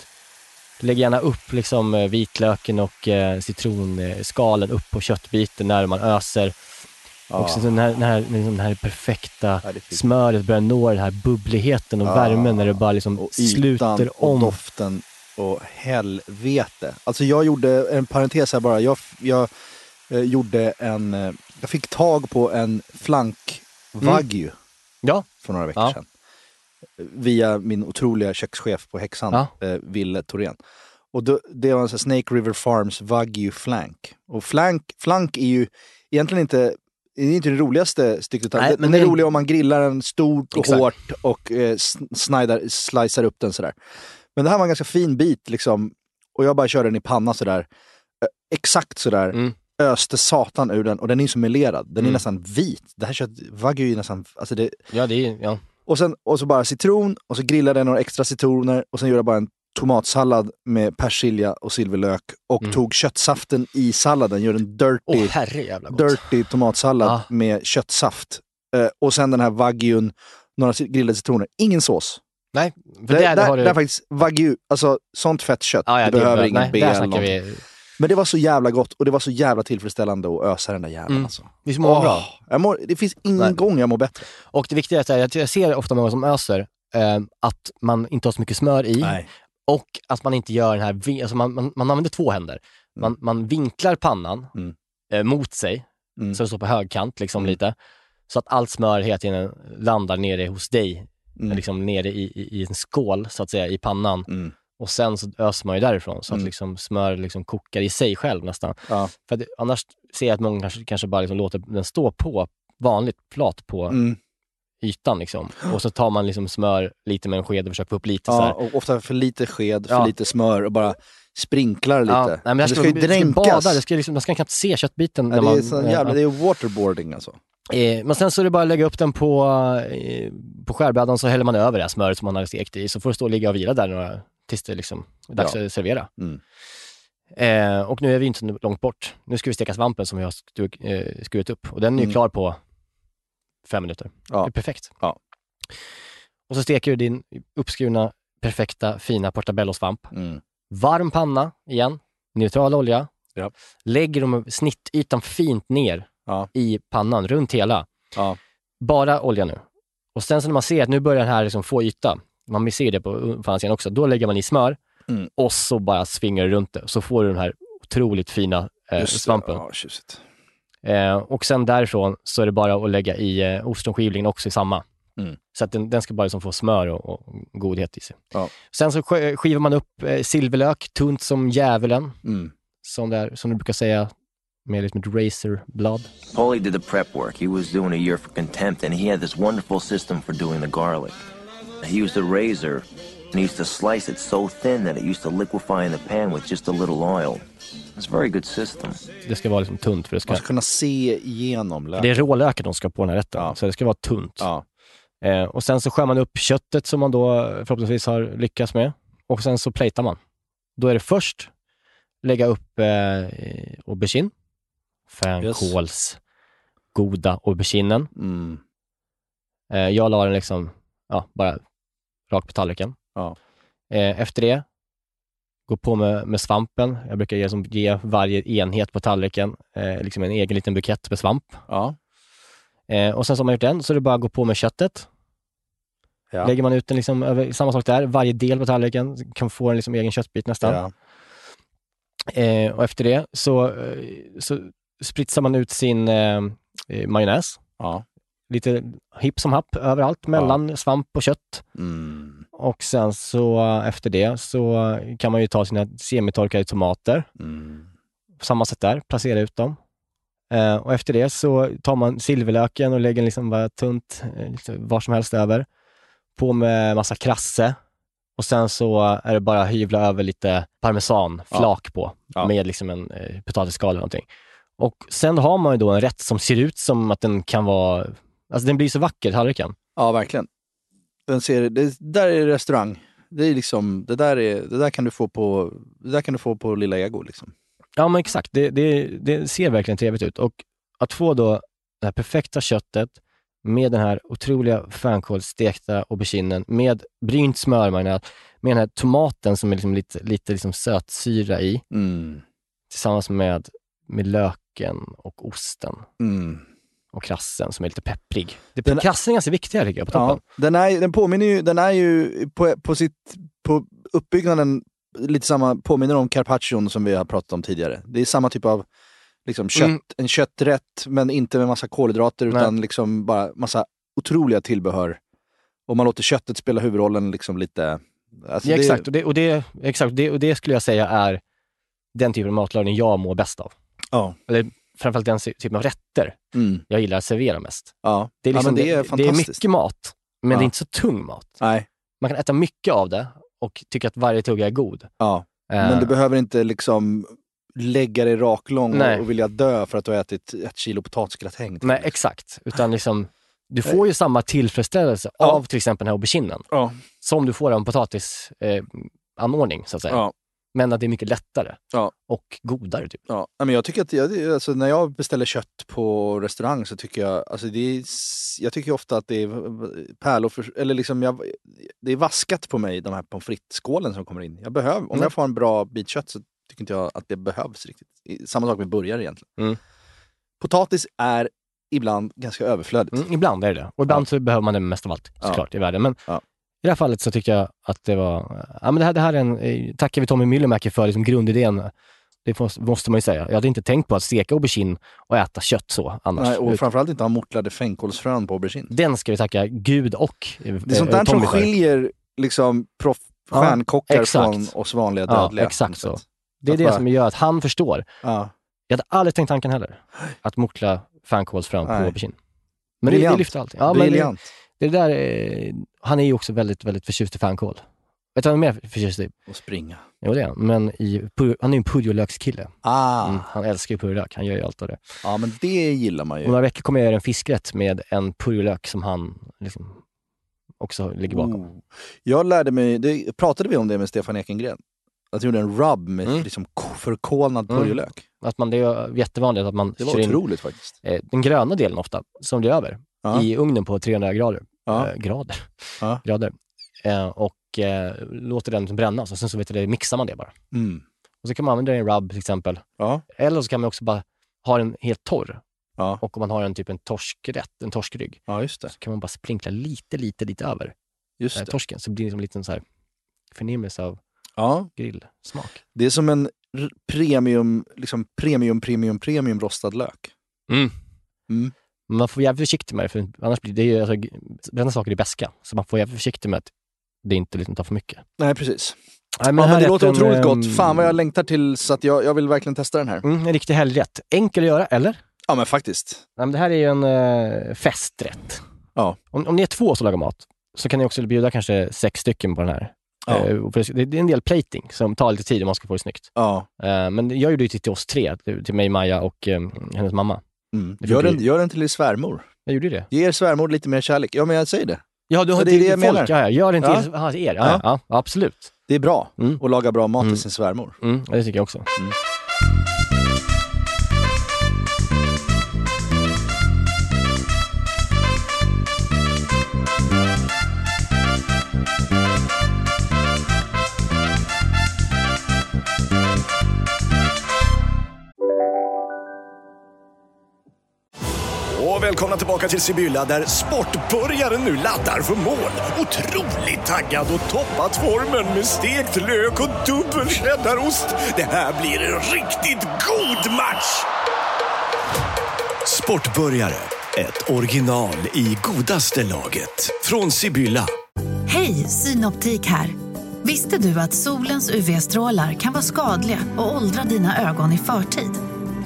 [SPEAKER 4] Lägg gärna upp liksom eh, vitlöken och eh, citronskalen upp på köttbiten när man öser. Och så den här, den här, liksom den här perfekta
[SPEAKER 3] Ja, det är fint.
[SPEAKER 4] smöret börjar nå den här bubbligheten och
[SPEAKER 3] Ah.
[SPEAKER 4] värmen när det bara liksom
[SPEAKER 3] och ytan
[SPEAKER 4] sluter
[SPEAKER 3] och
[SPEAKER 4] om.
[SPEAKER 3] doften och helvete. Alltså jag gjorde en parentes här bara. Jag, jag eh, gjorde en... eh, Jag fick tag på en flank wagyu
[SPEAKER 4] Mm. Ja,
[SPEAKER 3] för några veckor
[SPEAKER 4] Ja.
[SPEAKER 3] sedan. Via min otroliga kökschef på Häxan, eh, Ville Thorén. Och då, det var en sån här Snake River Farms Wagyu Flank. Och flank, flank är ju egentligen inte det är inte det roligaste stycket. av-
[SPEAKER 4] Nej,
[SPEAKER 3] den
[SPEAKER 4] men
[SPEAKER 3] den är
[SPEAKER 4] det-
[SPEAKER 3] rolig om man grillar den stort och
[SPEAKER 4] Exakt.
[SPEAKER 3] hårt och eh, sn- snidar, slicear upp den sådär. Men det här var en ganska fin bit liksom. Och jag bara körde den i panna sådär. Ö, Exakt sådär.
[SPEAKER 4] Mm.
[SPEAKER 3] Öste satan ur den och den är ju så melerad. Den är
[SPEAKER 4] Mm.
[SPEAKER 3] nästan vit. Det här kött, wagyu är nästan, alltså det,
[SPEAKER 4] ja, det är, ja.
[SPEAKER 3] och, sen, och så bara citron, och så grillade jag några extra citroner och sen gjorde jag bara en tomatsallad med persilja och silverlök och
[SPEAKER 4] Mm.
[SPEAKER 3] tog köttsaften i salladen. Gjorde en
[SPEAKER 4] Åh,
[SPEAKER 3] dirty,
[SPEAKER 4] herre jävla gott.
[SPEAKER 3] dirty tomatsallad
[SPEAKER 4] Ah.
[SPEAKER 3] med köttsaft. Eh, och sen den här wagyun, några ci- grillade citroner. Ingen sås.
[SPEAKER 4] Nej, för
[SPEAKER 3] Där,
[SPEAKER 4] där,
[SPEAKER 3] där,
[SPEAKER 4] har du... Ah,
[SPEAKER 3] där faktiskt, wagyu, alltså sånt fett kött.
[SPEAKER 4] ja, ja,
[SPEAKER 3] det behöver
[SPEAKER 4] är-
[SPEAKER 3] ingen
[SPEAKER 4] nej,
[SPEAKER 3] B
[SPEAKER 4] Där
[SPEAKER 3] eller
[SPEAKER 4] snackar
[SPEAKER 3] någonting.
[SPEAKER 4] vi.
[SPEAKER 3] Men det var så jävla gott och det var så jävla tillfredsställande att ösa den där jäveln
[SPEAKER 4] Mm.
[SPEAKER 3] alltså.
[SPEAKER 4] Visst mår man bra?
[SPEAKER 3] Åh, jag mår, det finns ingen
[SPEAKER 4] Nej.
[SPEAKER 3] gång jag mår bättre.
[SPEAKER 4] Och det viktiga är att jag- jag ser ofta många som öser eh, att man inte har så mycket smör i och att man inte gör den här, vi- alltså man, man, man använder två händer. Man, man vinklar pannan
[SPEAKER 3] Mm.
[SPEAKER 4] eh, mot sig,
[SPEAKER 3] Mm.
[SPEAKER 4] så den står på högkant liksom
[SPEAKER 3] Mm.
[SPEAKER 4] lite, så att allt smör hela tiden landar nere hos dig,
[SPEAKER 3] Mm.
[SPEAKER 4] liksom nere i, i, i en skål så att säga, i pannan.
[SPEAKER 3] Mm.
[SPEAKER 4] Och sen så öser man ju därifrån, så att
[SPEAKER 3] Mm.
[SPEAKER 4] liksom smör liksom kokar i sig själv nästan.
[SPEAKER 3] Ja.
[SPEAKER 4] För att, det- annars ser jag att många kanske, kanske bara liksom låter den stå på, vanligt plat på
[SPEAKER 3] Mm.
[SPEAKER 4] ytan liksom. Och så tar man liksom smör lite med en sked och försöker få upp lite så
[SPEAKER 3] Ja,
[SPEAKER 4] här.
[SPEAKER 3] och ofta för lite sked, för
[SPEAKER 4] Ja.
[SPEAKER 3] lite smör och bara sprinklar lite.
[SPEAKER 4] Ja, nej, men
[SPEAKER 3] det
[SPEAKER 4] jag
[SPEAKER 3] ska,
[SPEAKER 4] ska,
[SPEAKER 3] ju
[SPEAKER 4] det ska bada,
[SPEAKER 3] dränkas.
[SPEAKER 4] det ska liksom, man ska knappt se köttbiten.
[SPEAKER 3] ja,
[SPEAKER 4] när
[SPEAKER 3] det,
[SPEAKER 4] man,
[SPEAKER 3] är sån jävla,
[SPEAKER 4] eh,
[SPEAKER 3] det är waterboarding alltså.
[SPEAKER 4] eh, men sen så är det bara att lägga upp den på, eh, på skärbrädan så häller man över det här smöret som man har stekt i. Så får det stå och ligga och vila där några, tills det liksom är dags att servera.
[SPEAKER 3] Mm.
[SPEAKER 4] Eh, och nu är vi inte så långt bort. Nu ska vi steka svampen som vi har stu, eh, skurit upp. Och den är ju
[SPEAKER 3] Mm.
[SPEAKER 4] klar på fem minuter.
[SPEAKER 3] Ja.
[SPEAKER 4] Det är perfekt.
[SPEAKER 3] Ja.
[SPEAKER 4] Och så steker du din uppskurna, perfekta, fina portabellosvamp.
[SPEAKER 3] Mm.
[SPEAKER 4] varm panna igen, neutral olja.
[SPEAKER 3] Ja.
[SPEAKER 4] Lägger de snittytan fint ner
[SPEAKER 3] Ja.
[SPEAKER 4] i pannan, runt hela.
[SPEAKER 3] Ja.
[SPEAKER 4] Bara olja nu. Och sen så när man ser att nu börjar den här liksom få yta, man ser det på fansidan också, då lägger man i smör
[SPEAKER 3] Mm.
[SPEAKER 4] och så bara svingar du runt det. Så får du den här otroligt fina eh,
[SPEAKER 3] Just det.
[SPEAKER 4] svampen.
[SPEAKER 3] Ja, tjusigt.
[SPEAKER 4] Eh, och sen därifrån så är det bara att lägga i eh, ostronskivlingen också i samma.
[SPEAKER 3] Mm.
[SPEAKER 4] Så att den, den ska bara liksom få smör och, och godhet i sig.
[SPEAKER 3] Ja.
[SPEAKER 4] Sen så sk- skivar man upp eh, silverlök, tunt som djävulen,
[SPEAKER 3] Mm.
[SPEAKER 4] som, det är, som du brukar säga med liksom ett razorblad.
[SPEAKER 7] Paulie did the prep work. He was doing a year for contempt, and he had this wonderful system for doing the garlic. He used a razor, and he used to slice it so thin that it used to liquefy in the pan with just a little oil. It's a very good system.
[SPEAKER 4] Det ska vara liksom tunt för det ska...
[SPEAKER 3] Man ska kunna se igenom
[SPEAKER 4] Det
[SPEAKER 3] löken.
[SPEAKER 4] är rålöken de ska på den här rätten,
[SPEAKER 3] Ja.
[SPEAKER 4] så det ska vara tunt.
[SPEAKER 3] Ja.
[SPEAKER 4] Eh, och sen så skär man upp köttet som man då eh, förhoppningsvis har lyckats med och sen så platear man. Då är det först lägga upp eh, aubergine, fänkåls goda auberginen.
[SPEAKER 3] Mm.
[SPEAKER 4] Eh, jag la den liksom, ja, bara rakt på tallriken.
[SPEAKER 3] Ja.
[SPEAKER 4] Eh, efter det, gå på med, med svampen. Jag brukar ge, som, ge varje enhet på tallriken eh, liksom en egen liten bukett med svamp.
[SPEAKER 3] Ja.
[SPEAKER 4] Eh, och sen så har man gjort den, så är det bara att gå på med köttet.
[SPEAKER 3] Ja.
[SPEAKER 4] Lägger man ut den liksom över, samma sak där, varje del på tallriken kan få en liksom egen köttbit nästan.
[SPEAKER 3] Ja.
[SPEAKER 4] Eh, och efter det så, eh, så spritsar man ut sin eh, eh, majonnäs.
[SPEAKER 3] Ja.
[SPEAKER 4] Lite hipp som happ överallt, mellan svamp och kött.
[SPEAKER 3] Mm.
[SPEAKER 4] Och sen så eh, efter det så kan man ju ta sina semitorkade tomater,
[SPEAKER 3] Mm.
[SPEAKER 4] på samma sätt där, placera ut dem. Eh, och efter det så tar man silverlöken och lägger liksom bara tunt, eh, lite var som helst över. På med massa krasse. Och sen så är det bara att hyvla över lite parmesanflak på
[SPEAKER 3] Ja.
[SPEAKER 4] med liksom en eh, potatisskal eller någonting. Och sen har man ju då en rätt som ser ut som att den kan vara, alltså den blir så vacker, tallriken.
[SPEAKER 3] Ja, verkligen. Den ser, det där är restaurang. Det är liksom, det där, är, det där kan du få på, det där kan du få på Lilla Ego liksom.
[SPEAKER 4] Ja, men exakt. Det, det, det ser verkligen trevligt ut. Och att få då det här perfekta köttet med den här otroliga fänkålsstekta auberginen med brynt smör, med med den här tomaten som är liksom lite, lite liksom sötsyra i,
[SPEAKER 3] Mm.
[SPEAKER 4] tillsammans med, med löken och osten
[SPEAKER 3] Mm.
[SPEAKER 4] och krassen som är lite pepprig. Det,
[SPEAKER 3] Den-
[SPEAKER 4] krassen är ganska viktig här tycker jag, på
[SPEAKER 3] Ja,
[SPEAKER 4] toppen.
[SPEAKER 3] den, är, den påminner ju, den är ju på, på, sitt, på uppbyggnaden lite samma, påminner om carpaccion som vi har pratat om tidigare. Det är samma typ av liksom, kött,
[SPEAKER 4] Mm.
[SPEAKER 3] en kötträtt, men inte med massa kolhydrater
[SPEAKER 4] Nej.
[SPEAKER 3] utan liksom bara massa otroliga tillbehör. Och man låter köttet spela huvudrollen liksom lite. Alltså,
[SPEAKER 4] ja,
[SPEAKER 3] det-
[SPEAKER 4] exakt. Och det, och det, exakt. Det, och det skulle jag säga är den typen av matlagning jag mår bäst av.
[SPEAKER 3] Ja.
[SPEAKER 4] Eller framförallt den typen av rätter
[SPEAKER 3] Mm,
[SPEAKER 4] jag gillar att servera mest.
[SPEAKER 3] ja.
[SPEAKER 4] Det är, liksom,
[SPEAKER 3] ja, men det är
[SPEAKER 4] det, det är
[SPEAKER 3] fantastiskt.
[SPEAKER 4] mycket mat, men
[SPEAKER 3] Ja.
[SPEAKER 4] det är inte så tung mat.
[SPEAKER 3] Nej,
[SPEAKER 4] Man kan äta mycket av det och tycka att varje tugga är god.
[SPEAKER 3] ja. Men
[SPEAKER 4] Eh,
[SPEAKER 3] du behöver inte liksom lägga dig raklång och,
[SPEAKER 4] Nej.
[SPEAKER 3] och vilja dö för att du har ätit ett kilo potatisgratäng. till
[SPEAKER 4] nej,
[SPEAKER 3] exempel.
[SPEAKER 4] exakt. Utan liksom, du får ju samma tillfredsställelse
[SPEAKER 3] Eh. Ja.
[SPEAKER 4] av till exempel den här auberginen
[SPEAKER 3] Ja.
[SPEAKER 4] som du får av en potatisanordning, eh, anordning, så att säga.
[SPEAKER 3] Ja.
[SPEAKER 4] Men att det är mycket lättare
[SPEAKER 3] Ja.
[SPEAKER 4] och godare. Typ.
[SPEAKER 3] Ja, nej, men jag tycker att jag, alltså, när jag beställer kött på restaurang så tycker jag, alltså det är, s- jag tycker ofta att det är pärlor, för, eller liksom jag, det är vaskat på mig, de här pommes frites-skålen som kommer in. Jag behöver, om
[SPEAKER 4] Mm.
[SPEAKER 3] jag får en bra bit kött så tycker inte jag att det behövs riktigt. I- Samma sak med burgare egentligen.
[SPEAKER 4] Mm.
[SPEAKER 3] Potatis är ibland ganska överflödigt.
[SPEAKER 4] Mm, ibland är det det. Och ibland så behöver man det mest av allt,
[SPEAKER 3] Ja.
[SPEAKER 4] såklart, i världen. Men
[SPEAKER 3] Ja.
[SPEAKER 4] i det här fallet så tycker jag att det var... Ja, men det, här, det här är en... eh, Tackar vi Tommy Myllymäki för liksom grundidén. Det måste- måste man ju säga. Jag hade inte tänkt på att steka aubergine och äta kött så annars.
[SPEAKER 3] Nej, och
[SPEAKER 4] Ut-
[SPEAKER 3] framförallt inte ha mortlade fänkålsfrön på aubergine.
[SPEAKER 4] Den ska vi tacka Gud och eh,
[SPEAKER 3] Det är sånt där
[SPEAKER 4] eh,
[SPEAKER 3] som
[SPEAKER 4] Tommy för.
[SPEAKER 3] skiljer liksom proff,
[SPEAKER 4] Ja,
[SPEAKER 3] stjärnkockar
[SPEAKER 4] exakt.
[SPEAKER 3] från oss vanliga
[SPEAKER 4] Ja,
[SPEAKER 3] dödliga. på
[SPEAKER 4] exakt
[SPEAKER 3] något
[SPEAKER 4] så.
[SPEAKER 3] sätt.
[SPEAKER 4] Det är
[SPEAKER 3] att
[SPEAKER 4] det
[SPEAKER 3] bara-
[SPEAKER 4] som gör att han förstår.
[SPEAKER 3] Ja.
[SPEAKER 4] Jag hade aldrig tänkt tanken heller, att mortla fänkålsfrön på
[SPEAKER 3] Nej.
[SPEAKER 4] aubergine. Men det, det
[SPEAKER 3] Briljant.
[SPEAKER 4] lyfter allting. Ja, men det,
[SPEAKER 3] Briljant.
[SPEAKER 4] det där, eh, han är ju också väldigt, väldigt förtjust i fänkål. Vet du vad han är mer förtjust i?
[SPEAKER 3] Och springa.
[SPEAKER 4] Jo, det är han. Men i, pur- han är ju en purjolökskille.
[SPEAKER 3] Ah,
[SPEAKER 4] Mm, han älskar ju purjolök. Han gör ju allt av det.
[SPEAKER 3] ja men det gillar man
[SPEAKER 4] Om
[SPEAKER 3] ju.
[SPEAKER 4] några veckor kommer jag göra en fiskrätt med en purjolök som han liksom också ligger bakom.
[SPEAKER 3] Oh. Jag lärde mig, det, pratade vi om det med Stefan Ekengren? Att jag gjorde en rub med
[SPEAKER 4] Mm.
[SPEAKER 3] liksom k- förkolnad
[SPEAKER 4] Mm.
[SPEAKER 3] purjolök.
[SPEAKER 4] Att man, det är jättevanligt att man
[SPEAKER 3] Det var
[SPEAKER 4] kör in
[SPEAKER 3] otroligt faktiskt.
[SPEAKER 4] eh, den gröna delen ofta, som blir över,
[SPEAKER 3] Ja.
[SPEAKER 4] i ugnen på 300 grader.
[SPEAKER 3] Ja.
[SPEAKER 4] eh, grader.
[SPEAKER 3] Ja.
[SPEAKER 4] [LAUGHS] grader. Eh, och eh, låter den brännas och sen så vet du, det, mixar man det bara.
[SPEAKER 3] Mm.
[SPEAKER 4] Och så kan man använda den i rub till exempel.
[SPEAKER 3] Ja.
[SPEAKER 4] Eller så kan man också bara ha den helt torr.
[SPEAKER 3] Ja.
[SPEAKER 4] Och om man har en typ en torskrätt, en torskrygg,
[SPEAKER 3] ja, just det.
[SPEAKER 4] så kan man bara sprinkla lite, lite, lite över eh,
[SPEAKER 3] Just det.
[SPEAKER 4] torsken. Så det blir det som en liten så här förnimmelse av
[SPEAKER 3] Ja.
[SPEAKER 4] grillsmak.
[SPEAKER 3] det är som en r- premium, liksom premium, premium, premium rostad lök.
[SPEAKER 4] Men man får vara jävligt försiktig med det, för annars blir det ju, alltså, g- brända saker är beska Så man får vara jävligt försiktig med att det inte liksom tar för mycket.
[SPEAKER 3] Nej, precis.
[SPEAKER 4] Nej,
[SPEAKER 3] Men ja, men
[SPEAKER 4] här
[SPEAKER 3] det
[SPEAKER 4] är
[SPEAKER 3] låter
[SPEAKER 4] en,
[SPEAKER 3] otroligt
[SPEAKER 4] ehm,
[SPEAKER 3] gott. Fan vad jag längtar till så att jag, jag vill verkligen testa den här.
[SPEAKER 4] Mm, en riktig helgrätt. Enkel att göra, eller?
[SPEAKER 3] Ja, men faktiskt.
[SPEAKER 4] Nej, men det här är ju en eh, festrätt.
[SPEAKER 3] Ja.
[SPEAKER 4] Om, om ni är två som lagar mat så kan ni också bjuda kanske sex stycken på den här.
[SPEAKER 3] Ja.
[SPEAKER 4] Eh, för det, det är en del plating som tar lite tid om man ska få det snyggt.
[SPEAKER 3] Ja.
[SPEAKER 4] Eh, men jag gjorde ju till, till oss tre, till till mig, Maja och eh, hennes mamma.
[SPEAKER 3] Mm.
[SPEAKER 4] Det
[SPEAKER 3] Gör,
[SPEAKER 4] blir-
[SPEAKER 3] den, gör den till din svärmor.
[SPEAKER 4] Jag gjorde ju det.
[SPEAKER 3] Ge er svärmor lite mer kärlek. Ja, men jag säger det.
[SPEAKER 4] Ja, du
[SPEAKER 3] har
[SPEAKER 4] det
[SPEAKER 3] till
[SPEAKER 4] är det jag
[SPEAKER 3] folk,
[SPEAKER 4] menar. Ja, ja, gör den
[SPEAKER 3] Ja.
[SPEAKER 4] till ja. er. Ja, ja. Ja, absolut.
[SPEAKER 3] Det är bra
[SPEAKER 4] Mm.
[SPEAKER 3] att laga bra mat
[SPEAKER 4] Mm.
[SPEAKER 3] till sin svärmor.
[SPEAKER 4] Mm, ja, det tycker jag också.
[SPEAKER 8] Och välkomna tillbaka till Sibylla där sportbörjaren nu laddar för mål. Otroligt taggad och toppat formen med stekt lök och dubbel cheddarost. Det här blir en riktigt god match! Sportbörjare, ett original i godaste laget. Från Sibylla.
[SPEAKER 9] Hej, Synoptik här. Visste du att solens UV-strålar kan vara skadliga och åldra dina ögon i förtid?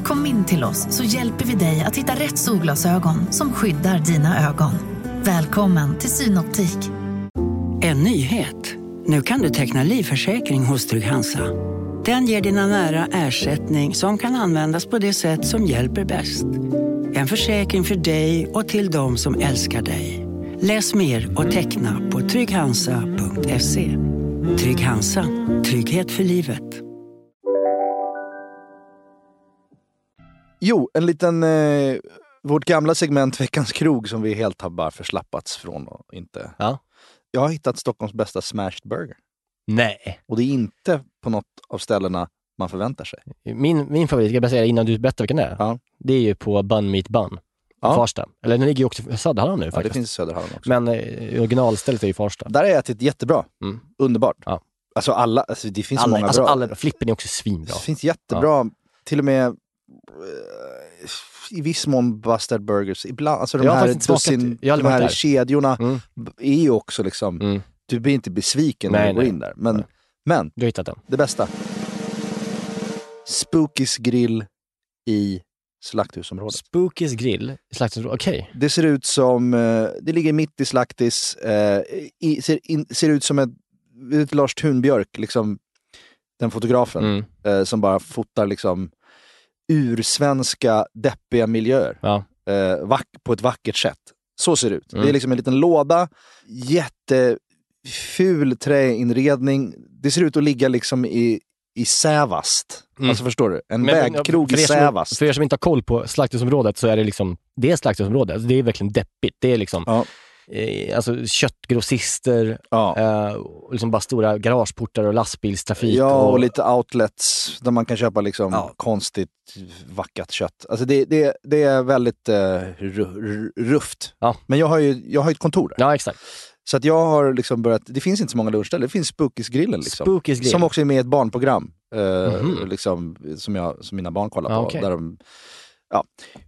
[SPEAKER 9] Kom in till oss så hjälper vi dig att hitta rätt solglasögon som skyddar dina ögon. Välkommen till Synoptik.
[SPEAKER 10] En nyhet. Nu kan du teckna livförsäkring hos Trygg-Hansa. Den ger dina nära ersättning som kan användas på det sätt som hjälper bäst. En försäkring för dig och till de som älskar dig. Läs mer och teckna på trygghansa.se. Trygg-Hansa. Trygghet för livet.
[SPEAKER 3] Jo, en liten... Eh, vårt gamla segment Veckans krog som vi helt har bara förslappats från och inte...
[SPEAKER 4] Ja.
[SPEAKER 3] Jag har hittat Stockholms bästa smashed burger.
[SPEAKER 4] Nej.
[SPEAKER 3] Och det är inte på något av ställena man förväntar sig.
[SPEAKER 4] Min, min favorit, ska jag bara säga det innan du berättar vilken det är?
[SPEAKER 3] Ja.
[SPEAKER 4] Det är ju på Bun Meat Bun
[SPEAKER 3] Ja.
[SPEAKER 4] i Farsta. Eller den ligger ju också i Söderhamn
[SPEAKER 3] Ja,
[SPEAKER 4] nu
[SPEAKER 3] det
[SPEAKER 4] faktiskt.
[SPEAKER 3] finns i Söderhamn också.
[SPEAKER 4] Men eh, originalstället är ju i Farsta.
[SPEAKER 3] Där har jag ätit jättebra.
[SPEAKER 4] Mm.
[SPEAKER 3] Underbart.
[SPEAKER 4] Ja.
[SPEAKER 3] Alltså alla, alltså det finns
[SPEAKER 4] alla,
[SPEAKER 3] många
[SPEAKER 4] alltså,
[SPEAKER 3] bra.
[SPEAKER 4] alla, flippen är också svinbra.
[SPEAKER 3] Det finns jättebra, till och med eh, i viss mån bastard burgers. Ibland, alltså de
[SPEAKER 4] Jag har
[SPEAKER 3] här,
[SPEAKER 4] faktiskt inte smakat-
[SPEAKER 3] dussin,
[SPEAKER 4] jag har aldrig
[SPEAKER 3] de
[SPEAKER 4] varit
[SPEAKER 3] här
[SPEAKER 4] där.
[SPEAKER 3] kedjorna
[SPEAKER 4] Mm.
[SPEAKER 3] b- är ju också liksom,
[SPEAKER 4] Mm.
[SPEAKER 3] du blir inte besviken när
[SPEAKER 4] Nej,
[SPEAKER 3] du går
[SPEAKER 4] nej.
[SPEAKER 3] in där. Men,
[SPEAKER 4] Nej.
[SPEAKER 3] men
[SPEAKER 4] Du har hittat den.
[SPEAKER 3] det bästa. Spookies grill i Slakthusområdet.
[SPEAKER 4] Spookies grill, slakthuset, okej.
[SPEAKER 3] Det ser ut som, eh, det ligger mitt i Slaktis, eh, i, ser, in, ser ut som ett, ett Lars Thunbjörk, liksom, den fotografen
[SPEAKER 4] Mm.
[SPEAKER 3] eh, som bara fotar liksom ursvenska deppiga miljöer
[SPEAKER 4] Ja.
[SPEAKER 3] eh, vack, på ett vackert sätt. Så ser det ut.
[SPEAKER 4] Mm.
[SPEAKER 3] Det är liksom en liten låda, jätteful träinredning. Det ser ut att ligga liksom i, i Sävast.
[SPEAKER 4] Mm.
[SPEAKER 3] Alltså förstår du? En
[SPEAKER 4] Men-
[SPEAKER 3] vägkrog i
[SPEAKER 4] för er som-
[SPEAKER 3] Sävast.
[SPEAKER 4] För er som inte har koll på slakthusområdet så är det liksom, det är slakthusområdet. Alltså, Det är verkligen deppigt. Det är liksom
[SPEAKER 3] Ja.
[SPEAKER 4] eh, alltså, köttgrossister,
[SPEAKER 3] Ja.
[SPEAKER 4] eh, och liksom bara stora garageportar och lastbilstrafik.
[SPEAKER 3] ja, och lite outlets där man kan köpa liksom
[SPEAKER 4] Ja.
[SPEAKER 3] konstigt vackat kött. Alltså det, det, det är väldigt eh, ru- ru- rufft.
[SPEAKER 4] Ja.
[SPEAKER 3] Men jag har ju jag har ju ett kontor där.
[SPEAKER 4] Ja, exakt.
[SPEAKER 3] Så att jag har liksom börjat, det finns inte så många lunchställen, det finns Spookies-grillen. Liksom,
[SPEAKER 4] Spookies grill.
[SPEAKER 3] Som också är med i ett barnprogram, eh,
[SPEAKER 4] Mhm.
[SPEAKER 3] liksom, som, jag, som mina barn kollar
[SPEAKER 4] Ja,
[SPEAKER 3] på.
[SPEAKER 4] okej.
[SPEAKER 3] Där de, ja,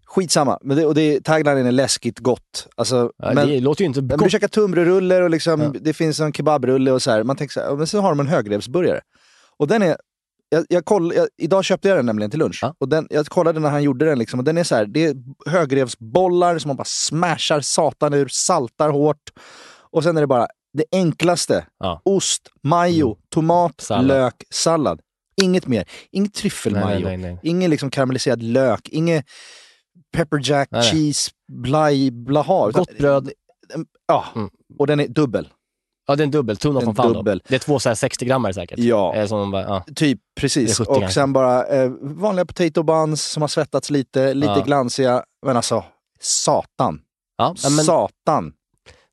[SPEAKER 3] skitsamma, men det, och det, taglinen är läskigt gott. Alltså,
[SPEAKER 4] Ja,
[SPEAKER 3] men,
[SPEAKER 4] det låter ju inte
[SPEAKER 3] men du
[SPEAKER 4] gott.
[SPEAKER 3] käkar tunnbrödsrullar och liksom,
[SPEAKER 4] Ja.
[SPEAKER 3] det finns en kebabrulle och så här. Man tänker så här, ja, men sen har de en högrevsburgare. Och den är, jag, jag koll, jag, idag köpte jag den nämligen till lunch.
[SPEAKER 4] Ja.
[SPEAKER 3] Och den, jag kollade när han gjorde den liksom, och den är så här, det är högrevsbollar som man bara smashar satan ur, saltar hårt. Och sen är det bara det enklaste.
[SPEAKER 4] Ja. Mm.
[SPEAKER 3] Ost, majo, tomat,
[SPEAKER 4] Sallad.
[SPEAKER 3] lök, sallad. Inget mer. Inget
[SPEAKER 4] Nej,
[SPEAKER 3] tryffelmajo.
[SPEAKER 4] nej, nej, nej.
[SPEAKER 3] Ingen liksom karamelliserad lök, inget pepper jack,
[SPEAKER 4] Nej, nej.
[SPEAKER 3] cheese, blaj, blaha. utan-
[SPEAKER 4] Gott bröd.
[SPEAKER 3] Ja,
[SPEAKER 4] Mm.
[SPEAKER 3] och den är dubbel.
[SPEAKER 4] Ja, det är en dubbel. Tuna
[SPEAKER 3] En
[SPEAKER 4] från fan då.
[SPEAKER 3] dubbel.
[SPEAKER 4] Det är två så här 60-grammare säkert.
[SPEAKER 3] Ja.
[SPEAKER 4] Eh, som de bara, ja.
[SPEAKER 3] Typ, precis.
[SPEAKER 4] Det är 70
[SPEAKER 3] Och
[SPEAKER 4] kanske.
[SPEAKER 3] sen bara eh, vanliga potato buns som har svettats lite, lite
[SPEAKER 4] Ja.
[SPEAKER 3] glansiga. Men alltså, satan.
[SPEAKER 4] Ja, men
[SPEAKER 3] Satan.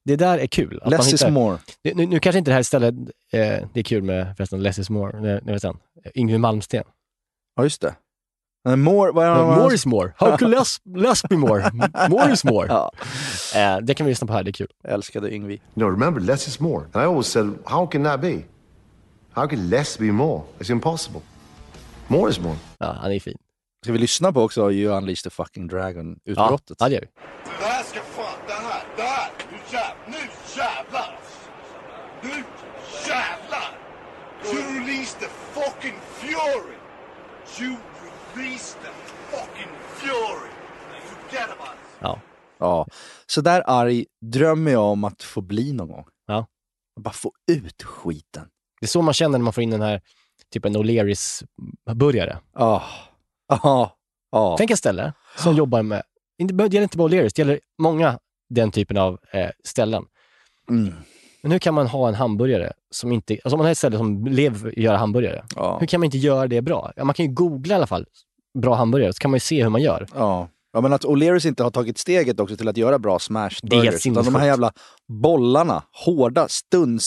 [SPEAKER 4] det där är kul. Att man
[SPEAKER 3] Less is
[SPEAKER 4] hittar-
[SPEAKER 3] more.
[SPEAKER 4] Nu, nu, nu kanske inte det här stället, eh, det är kul med förresten Less is more, nej, nej, vet jag, Yngwie Malmsten.
[SPEAKER 3] Ja, just det. Eh, More, vad är det?
[SPEAKER 4] more is more, how could less, less be more? More is more.
[SPEAKER 3] Ja.
[SPEAKER 4] Eh, det kan vi lyssna på här, det är kul.
[SPEAKER 3] Jag älskade Yngvi.
[SPEAKER 11] No, remember, less is more. And I always said, how can that be? How can less be more? It's impossible. More is more.
[SPEAKER 4] Ja, han är fin.
[SPEAKER 3] Ska vi lyssna på också You Unleash the fucking
[SPEAKER 4] Ja,
[SPEAKER 3] Dragon-utbrottet?
[SPEAKER 4] ja, det gör vi.
[SPEAKER 8] Det här ska fan, det här, det här, nu jävlar, nu jävlar! Nu jävlar! You release the fucking fury! You release the fucking fury! Forget about it!
[SPEAKER 4] Ja.
[SPEAKER 3] Ja. Så där arg drömmer jag om att få bli någon gång.
[SPEAKER 4] Ja.
[SPEAKER 3] Bara få ut skiten.
[SPEAKER 4] Det är så man känner när man får in den här typ en O'Learys-burgare.
[SPEAKER 3] Ja. Ja. Ja.
[SPEAKER 4] Tänk ett ställe som jobbar med, inte- det gäller inte bara O'Learys, det gäller många den typen av eh, ställen.
[SPEAKER 3] Mm.
[SPEAKER 4] Men hur kan man ha en hamburgare som inte, alltså om man har ett ställe som lever göra hamburgare,
[SPEAKER 3] Ja.
[SPEAKER 4] Hur kan man inte göra det bra? Ja, man kan ju googla i alla fall bra hamburgare, så kan man ju se hur man gör.
[SPEAKER 3] Ja. ja, men att O'Learys inte har tagit steget också till att göra bra smash
[SPEAKER 4] Det är helt
[SPEAKER 3] burgers. Utan de här
[SPEAKER 4] sinnessjukt.
[SPEAKER 3] jävla bollarna, hårda, stuns,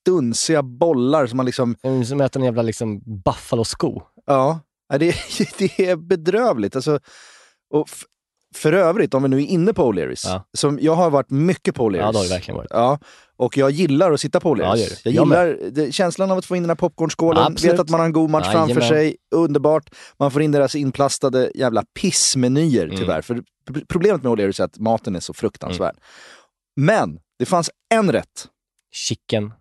[SPEAKER 3] stunsiga bollar som man liksom...
[SPEAKER 4] Mm, Som äter en jävla liksom, buffalosko.
[SPEAKER 3] [LAUGHS] Ja, ja, det, det är bedrövligt. Alltså, och f- För övrigt, om vi nu är inne på O'Learys,
[SPEAKER 4] Ja.
[SPEAKER 3] som jag har varit mycket på O'Learys.
[SPEAKER 4] Ja, det har det verkligen varit.
[SPEAKER 3] Ja, och jag gillar att sitta på
[SPEAKER 4] Ja, det
[SPEAKER 3] O'Learys.
[SPEAKER 4] gör du.
[SPEAKER 3] jag
[SPEAKER 4] Jag
[SPEAKER 3] gillar det, känslan av att få in den här popcornskålen,
[SPEAKER 4] Absolut.
[SPEAKER 3] vet att man har en god match framför
[SPEAKER 4] Jajamän.
[SPEAKER 3] sig, underbart. Man får in deras inplastade jävla pissmenyer
[SPEAKER 4] Mm.
[SPEAKER 3] tyvärr. För p- problemet med O'Learys är att maten är så fruktansvärd.
[SPEAKER 4] Mm.
[SPEAKER 3] Men det fanns en rätt,
[SPEAKER 4] Chicken.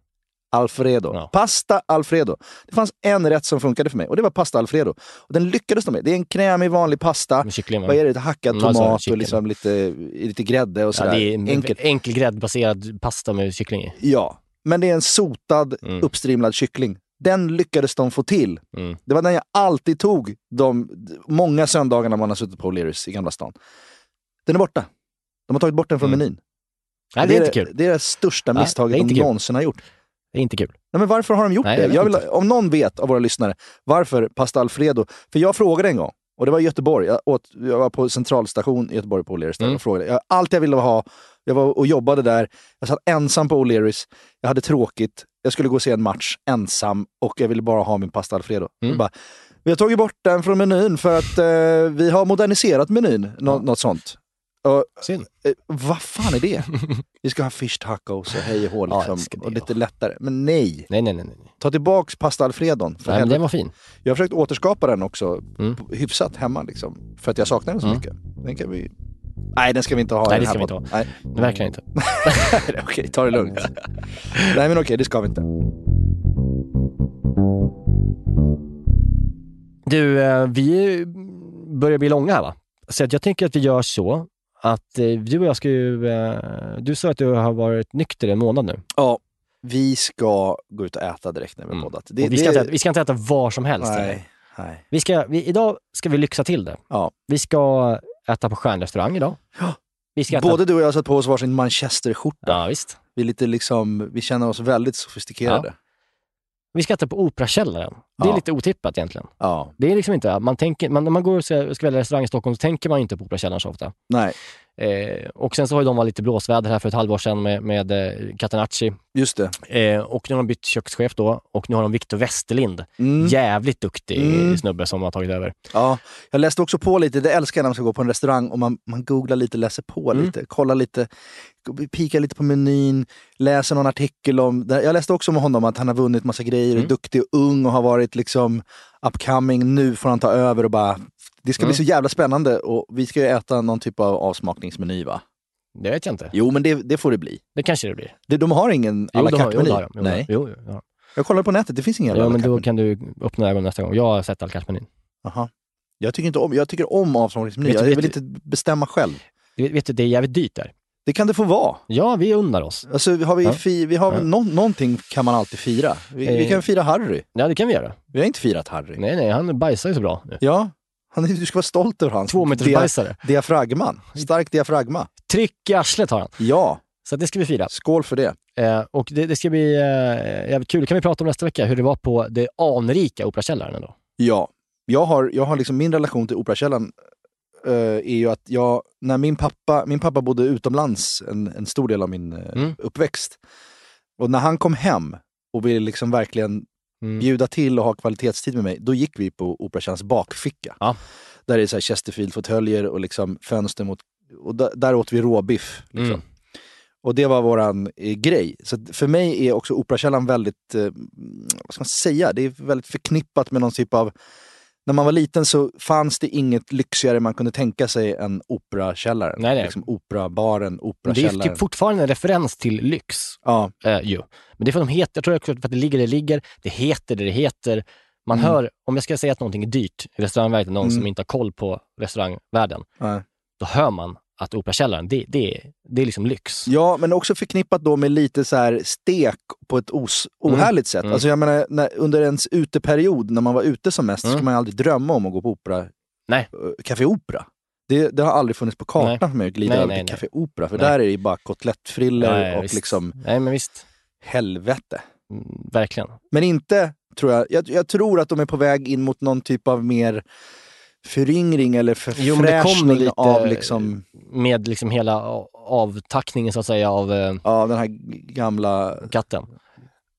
[SPEAKER 3] Alfredo.
[SPEAKER 4] Ja.
[SPEAKER 3] Pasta Alfredo. Det fanns en rätt som funkade för mig och det var pasta Alfredo. Och den lyckades de med. Det är en krämig vanlig pasta.
[SPEAKER 4] Med kyckling, va?
[SPEAKER 3] Vad är det? Hackad
[SPEAKER 4] Mm, alltså,
[SPEAKER 3] tomat och
[SPEAKER 4] chicken.
[SPEAKER 3] liksom lite, lite grädde och
[SPEAKER 4] Ja,
[SPEAKER 3] sådär.
[SPEAKER 4] det är enkel,
[SPEAKER 3] Enkelt.
[SPEAKER 4] enkel gräddbaserad pasta med kyckling i.
[SPEAKER 3] Ja, men det är en sotad,
[SPEAKER 4] Mm.
[SPEAKER 3] uppstrimlad kyckling. Den lyckades de få till.
[SPEAKER 4] Mm.
[SPEAKER 3] Det var den jag alltid tog de många söndagarna man har suttit på O'Learys i Gamla stan. Den är borta. De har tagit bort den från
[SPEAKER 4] Mm.
[SPEAKER 3] menyn.
[SPEAKER 4] Nej, det är inte
[SPEAKER 3] det,
[SPEAKER 4] kul.
[SPEAKER 3] det är det största
[SPEAKER 4] Nej, det
[SPEAKER 3] misstaget
[SPEAKER 4] är inte
[SPEAKER 3] de
[SPEAKER 4] kul.
[SPEAKER 3] någonsin har gjort.
[SPEAKER 4] Det är inte kul.
[SPEAKER 3] Nej, men varför har de gjort
[SPEAKER 4] Nej, jag
[SPEAKER 3] det?
[SPEAKER 4] vet
[SPEAKER 3] Jag vill,
[SPEAKER 4] inte.
[SPEAKER 3] om någon vet av våra lyssnare, varför pasta Alfredo? För jag frågade en gång, och det var i Göteborg. Jag, åt, jag var på centralstation i Göteborg på O'Learys. där
[SPEAKER 4] Mm.
[SPEAKER 3] och frågade. Jag, allt jag ville ha, jag var och jobbade där. Jag satt ensam på O'Learys. Jag hade tråkigt. Jag skulle gå och se en match ensam och jag ville bara ha min pasta Alfredo.
[SPEAKER 4] Mm.
[SPEAKER 3] Jag Bara, vi har tagit bort den från menyn för att eh, vi har moderniserat menyn. Nå, Något sånt. Och,
[SPEAKER 4] Synd.
[SPEAKER 3] Eh, vad fan är
[SPEAKER 4] [LAUGHS]
[SPEAKER 3] det? vi ska ha fish tacos och hej och hå
[SPEAKER 4] Ja,
[SPEAKER 3] liksom,
[SPEAKER 4] det ska det
[SPEAKER 3] och lite
[SPEAKER 4] vara.
[SPEAKER 3] lättare. Men nej.
[SPEAKER 4] Nej, nej, nej. nej. nej
[SPEAKER 3] Ta tillbaks pasta alfredon. För
[SPEAKER 4] men
[SPEAKER 3] helvete.
[SPEAKER 4] den var fin.
[SPEAKER 3] Jag har försökt återskapa den också
[SPEAKER 4] Mm.
[SPEAKER 3] p- hyfsat hemma liksom. För att jag saknar den så
[SPEAKER 4] Mm.
[SPEAKER 3] mycket. Den kan vi... Nej, den ska vi inte ha. i
[SPEAKER 4] Nej,
[SPEAKER 3] den
[SPEAKER 4] det
[SPEAKER 3] här
[SPEAKER 4] ska vi
[SPEAKER 3] podden.
[SPEAKER 4] inte Nej, Verkligen inte.
[SPEAKER 3] [LAUGHS] Nej, okej, ta det lugnt. Nej, men okej, det ska vi inte.
[SPEAKER 4] Du, eh, vi börjar bli långa här va? Så att jag tänker att vi gör så att eh, du och jag ska ju... eh, Du sa att du har varit nykter en månad nu.
[SPEAKER 3] Ja, vi ska gå ut och äta direkt när vi har
[SPEAKER 4] Mm.
[SPEAKER 3] poddat.
[SPEAKER 4] Och vi, ska inte äta, vi ska inte äta var som helst. eller?
[SPEAKER 3] Nej, nej.
[SPEAKER 4] Vi ska, vi, idag ska vi lyxa till det.
[SPEAKER 3] Ja.
[SPEAKER 4] Vi ska äta på stjärnrestaurang idag.
[SPEAKER 3] Ja.
[SPEAKER 4] Vi ska äta,
[SPEAKER 3] Både du och jag har satt på oss varsin manchesterskjorta.
[SPEAKER 4] ja, visst.
[SPEAKER 3] Vi, är lite liksom, vi känner oss väldigt sofistikerade.
[SPEAKER 4] vi ska äta på Operakällaren. Det är
[SPEAKER 3] Ja.
[SPEAKER 4] lite otippat egentligen.
[SPEAKER 3] Ja,
[SPEAKER 4] Det är liksom inte, man tänker, man, när man går och ska ska välja restaurang i Stockholm så tänker man inte på Operakällaren så ofta.
[SPEAKER 3] nej,
[SPEAKER 4] Eh, och sen så har ju de varit lite blåsväder här för ett halvår sedan med, med eh, Catenacci.
[SPEAKER 3] just det.
[SPEAKER 4] Eh, och nu har de bytt kökschef då och nu har de Viktor Westerlind.
[SPEAKER 3] Mm.
[SPEAKER 4] Jävligt duktig
[SPEAKER 3] Mm.
[SPEAKER 4] snubbe som har tagit över.
[SPEAKER 3] Ja, jag läste också på lite. Det älskar jag när man ska gå på en restaurang och man, man googlar lite, läser på
[SPEAKER 4] Mm.
[SPEAKER 3] lite, kollar lite, pikar lite på menyn, läser någon artikel om... där- Jag läste också om honom att han har vunnit massa grejer, är
[SPEAKER 4] Mm.
[SPEAKER 3] duktig och ung och har varit liksom upcoming. Nu får han ta över och bara... Det ska bli
[SPEAKER 4] Mm.
[SPEAKER 3] så jävla spännande och vi ska ju äta någon typ av avsmakningsmeny va?
[SPEAKER 4] Det vet jag inte.
[SPEAKER 3] Jo, men det, det får det bli.
[SPEAKER 4] Det kanske det blir.
[SPEAKER 3] Det- De har ingen à
[SPEAKER 4] Jo,
[SPEAKER 3] la
[SPEAKER 4] det har, jo, det har
[SPEAKER 3] carte-meny.
[SPEAKER 4] de. Jo, det har de.
[SPEAKER 3] Nej,
[SPEAKER 4] Jo, jo, det har de.
[SPEAKER 3] jag kollade på nätet, det finns ingen jävla
[SPEAKER 4] Ja,
[SPEAKER 3] à la
[SPEAKER 4] men då
[SPEAKER 3] carte-meny.
[SPEAKER 4] kan du öppna ögonen nästa gång. Jag har sett all menyn.
[SPEAKER 3] Jaha. Jag tycker inte om, jag tycker om avsmakningsmeny.
[SPEAKER 4] Vet du-
[SPEAKER 3] Jag vill
[SPEAKER 4] vet
[SPEAKER 3] inte bestämma själv.
[SPEAKER 4] Vet, vet du, det är jävligt dyrt där.
[SPEAKER 3] Det kan det få vara.
[SPEAKER 4] Ja, vi unnar oss.
[SPEAKER 3] Alltså, har vi,
[SPEAKER 4] Ja.
[SPEAKER 3] fi, vi har
[SPEAKER 4] Ja.
[SPEAKER 3] nå, någonting kan man alltid fira. Vi, vi
[SPEAKER 4] Eh.
[SPEAKER 3] kan fira Harry.
[SPEAKER 4] Ja, det kan vi göra.
[SPEAKER 3] Vi har inte firat Harry.
[SPEAKER 4] Nej, nej, han bajsar ju så bra. nu.
[SPEAKER 3] Ja, han, är- du ska vara stolt över hans
[SPEAKER 4] Två meters bajsare.
[SPEAKER 3] diafragman. Stark diafragma.
[SPEAKER 4] Tryck i arslet har han.
[SPEAKER 3] Ja,
[SPEAKER 4] Så att det ska vi fira.
[SPEAKER 3] skål för det.
[SPEAKER 4] Eh, och det, det ska bli eh, jävligt kul. Det kan vi prata om nästa vecka, hur det var på det anrika Operakällaren ändå.
[SPEAKER 3] Ja, jag har, jag har liksom min relation till Operakällaren eh, är ju att jag, när min pappa, min pappa bodde utomlands en, en stor del av min eh,
[SPEAKER 4] Mm.
[SPEAKER 3] uppväxt. Och när han kom hem och ville liksom verkligen
[SPEAKER 4] Mm.
[SPEAKER 3] bjuda till och ha kvalitetstid med mig, då gick vi på Operatjänsts bakficka.
[SPEAKER 4] Ja.
[SPEAKER 3] Där det är så här Chesterfield-fåtöljer och liksom fönster mot... Och där, där åt vi råbiff. Liksom.
[SPEAKER 4] Mm.
[SPEAKER 3] Och det var våran eh, grej. Så att för mig är också Operakällaren väldigt, eh, vad ska man säga, det är väldigt förknippat med någon typ av... När man var liten så fanns det inget lyxigare man kunde tänka sig än Operakällaren.
[SPEAKER 4] Nej, nej.
[SPEAKER 3] Liksom operabaren,
[SPEAKER 4] Det är ju
[SPEAKER 3] Operakällaren.
[SPEAKER 4] typ fortfarande en referens till lyx.
[SPEAKER 3] ja,
[SPEAKER 4] Eh, ju. Men det är för att de heter, jag tror också för att det ligger det ligger, det heter det det heter. Man
[SPEAKER 3] Mm.
[SPEAKER 4] hör, om jag ska säga att någonting är dyrt i restaurangvärlden, någon
[SPEAKER 3] Mm.
[SPEAKER 4] som inte har koll på restaurangvärlden,
[SPEAKER 3] Nej.
[SPEAKER 4] då hör man att Operakällaren, det, det, det är liksom lyx.
[SPEAKER 3] Ja, men också förknippat då med lite så här stek på ett os- ohärligt sätt.
[SPEAKER 4] Mm.
[SPEAKER 3] Alltså jag menar, när, under ens uteperiod, när man var ute som mest, så
[SPEAKER 4] Mm.
[SPEAKER 3] skulle man ju aldrig drömma om att gå på opera,
[SPEAKER 4] Nej.
[SPEAKER 3] eh, Café Opera. Det, det har aldrig funnits på kartan
[SPEAKER 4] Nej.
[SPEAKER 3] för mig att glida
[SPEAKER 4] Nej,
[SPEAKER 3] över
[SPEAKER 4] nej,
[SPEAKER 3] till
[SPEAKER 4] nej.
[SPEAKER 3] Café Opera, för
[SPEAKER 4] Nej.
[SPEAKER 3] där är det ju bara kotlettfriller
[SPEAKER 4] Ja, ja,
[SPEAKER 3] och
[SPEAKER 4] visst.
[SPEAKER 3] liksom
[SPEAKER 4] Nej, men visst.
[SPEAKER 3] helvete.
[SPEAKER 4] Mm, Verkligen.
[SPEAKER 3] Men inte, tror jag, jag, jag tror att de är på väg in mot någon typ av mer föryngring eller
[SPEAKER 4] Jo, men det kommer
[SPEAKER 3] förfräschning
[SPEAKER 4] lite
[SPEAKER 3] av, liksom,
[SPEAKER 4] med liksom hela a- avtackningen så att säga av eh,
[SPEAKER 3] av den här gamla...
[SPEAKER 4] katten. som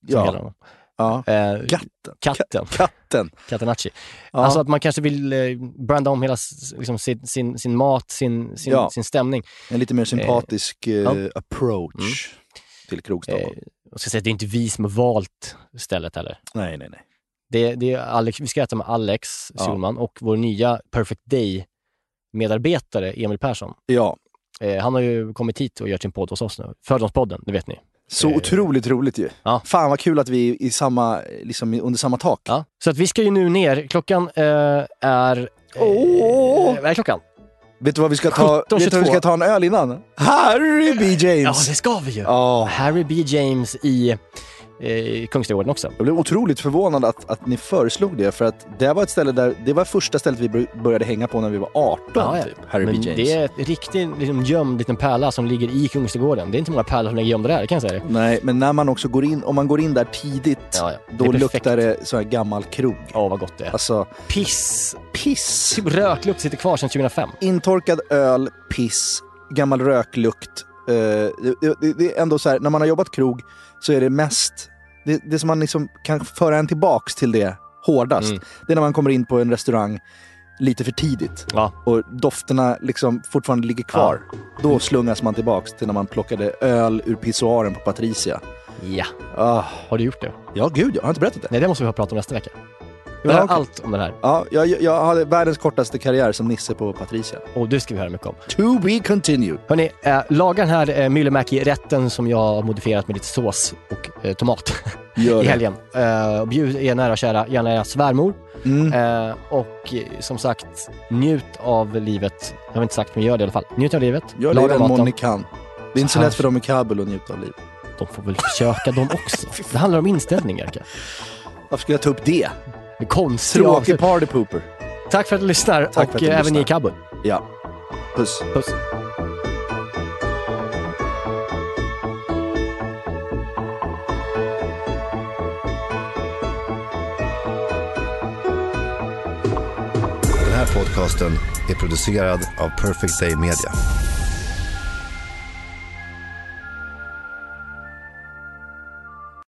[SPEAKER 3] Ja.
[SPEAKER 4] heter honom.
[SPEAKER 3] Ja.
[SPEAKER 4] Eh,
[SPEAKER 3] Katten.
[SPEAKER 4] katten,
[SPEAKER 3] Katten.
[SPEAKER 4] Catenacci.
[SPEAKER 3] Ja.
[SPEAKER 4] Alltså att man kanske vill eh, branda om hela s- liksom, sin, sin, sin mat, sin, sin,
[SPEAKER 3] Ja.
[SPEAKER 4] sin stämning.
[SPEAKER 3] En lite mer sympatisk eh,
[SPEAKER 4] ja. Mm.
[SPEAKER 3] approach till
[SPEAKER 4] Eh,
[SPEAKER 3] Krogstockholm.
[SPEAKER 4] jag ska säga att det är inte vi som har valt stället heller.
[SPEAKER 3] Nej, nej, nej.
[SPEAKER 4] Det, det är Alex, vi ska äta med Alex
[SPEAKER 3] Ja.
[SPEAKER 4] Solman och vår nya Perfect Day-medarbetare Emil Persson.
[SPEAKER 3] Ja,
[SPEAKER 4] Eh, han har ju kommit hit och gör sin podd hos oss nu. Fördomspodden, det vet ni.
[SPEAKER 3] så
[SPEAKER 4] Eh,
[SPEAKER 3] otroligt roligt ju.
[SPEAKER 4] ja.
[SPEAKER 3] Fan vad kul att vi är i samma, liksom, under samma tak.
[SPEAKER 4] Ja. Så att vi ska ju nu ner. Klockan eh, är... eh,
[SPEAKER 3] Åh!
[SPEAKER 4] Vad är klockan?
[SPEAKER 3] Vet du vad vi ska ta?
[SPEAKER 4] 17.22.
[SPEAKER 3] Vet du vad vi ska ta en öl innan? Harry B.
[SPEAKER 4] Ja,
[SPEAKER 3] James!
[SPEAKER 4] det ska vi ju!
[SPEAKER 3] Ja.
[SPEAKER 4] Harry B. James i eh, Kungsträdgården också.
[SPEAKER 3] Jag blev otroligt förvånad att, att ni föreslog det, för att det var ett ställe där, det var första stället vi br- började hänga på när vi var 18,
[SPEAKER 4] Ja, ja.
[SPEAKER 3] typ. Harry
[SPEAKER 4] Men
[SPEAKER 3] B. James.
[SPEAKER 4] det är ett riktigt liksom, gömd liten pärla som ligger i Kungsträdgården. Det är inte många pärlor som ligger gömda där, kan jag säga det.
[SPEAKER 3] Nej, men när man också går in, om man går in där tidigt,
[SPEAKER 4] Ja, ja.
[SPEAKER 3] då
[SPEAKER 4] det är perfekt.
[SPEAKER 3] luktar det så här gammal krog.
[SPEAKER 4] Ja, vad gott det är.
[SPEAKER 3] Alltså,
[SPEAKER 4] Piss!
[SPEAKER 3] piss!
[SPEAKER 4] Typ röklukt sitter kvar sedan 2005.
[SPEAKER 3] Intorkad öl, piss, gammal röklukt. Eh, det, det, det är ändå så här, när man har jobbat krog så är det mest, det, det som man liksom kan föra en tillbaks till det hårdast,
[SPEAKER 4] Mm.
[SPEAKER 3] det är när man kommer in på en restaurang lite för tidigt
[SPEAKER 4] Ja.
[SPEAKER 3] och dofterna liksom fortfarande ligger kvar. Då slungas man tillbaks till när man plockade öl ur pissoaren på Patricia.
[SPEAKER 4] Ja,
[SPEAKER 3] Ah,
[SPEAKER 4] har du gjort det?
[SPEAKER 3] ja, gud, jag har inte berättat det.
[SPEAKER 4] Nej, det måste vi få prata om nästa vecka. Vi
[SPEAKER 3] Ja,
[SPEAKER 4] har
[SPEAKER 3] okej.
[SPEAKER 4] allt om det här
[SPEAKER 3] Ja, jag, jag hade världens kortaste karriär som Nisse på Patricia.
[SPEAKER 4] och det ska vi höra mycket om.
[SPEAKER 3] To be continued.
[SPEAKER 4] Hörni, eh, laga den här eh, Myllymäki-rätten som jag har modifierat med lite sås och eh, tomat
[SPEAKER 3] Gör
[SPEAKER 4] i
[SPEAKER 3] det.
[SPEAKER 4] helgen. Eh, och bjud er nära och kära, gärna era svärmor.
[SPEAKER 3] Mm.
[SPEAKER 4] Eh, och eh, som sagt, njut av livet. Jag har inte sagt, men gör det i alla fall. Njut av livet.
[SPEAKER 3] Gör
[SPEAKER 4] Laga
[SPEAKER 3] det den
[SPEAKER 4] maten.
[SPEAKER 3] mån ni kan. Det är inte så
[SPEAKER 4] här.
[SPEAKER 3] lätt för dem i Kabul att njuta av liv.
[SPEAKER 4] De får väl försöka de
[SPEAKER 3] [LAUGHS]
[SPEAKER 4] också. Det handlar om inställningar. Erika.
[SPEAKER 3] Varför skulle jag ta upp det?
[SPEAKER 4] Det är konstiga
[SPEAKER 3] Tråkig
[SPEAKER 4] avslut.
[SPEAKER 3] party pooper.
[SPEAKER 4] Tack för att du lyssnar
[SPEAKER 3] Tack för
[SPEAKER 4] och
[SPEAKER 3] att du
[SPEAKER 4] eh, även ni
[SPEAKER 3] lyssnar.
[SPEAKER 4] i Kabul.
[SPEAKER 3] Ja. Puss.
[SPEAKER 4] Puss.
[SPEAKER 11] Den här podcasten är producerad av Perfect Day Media.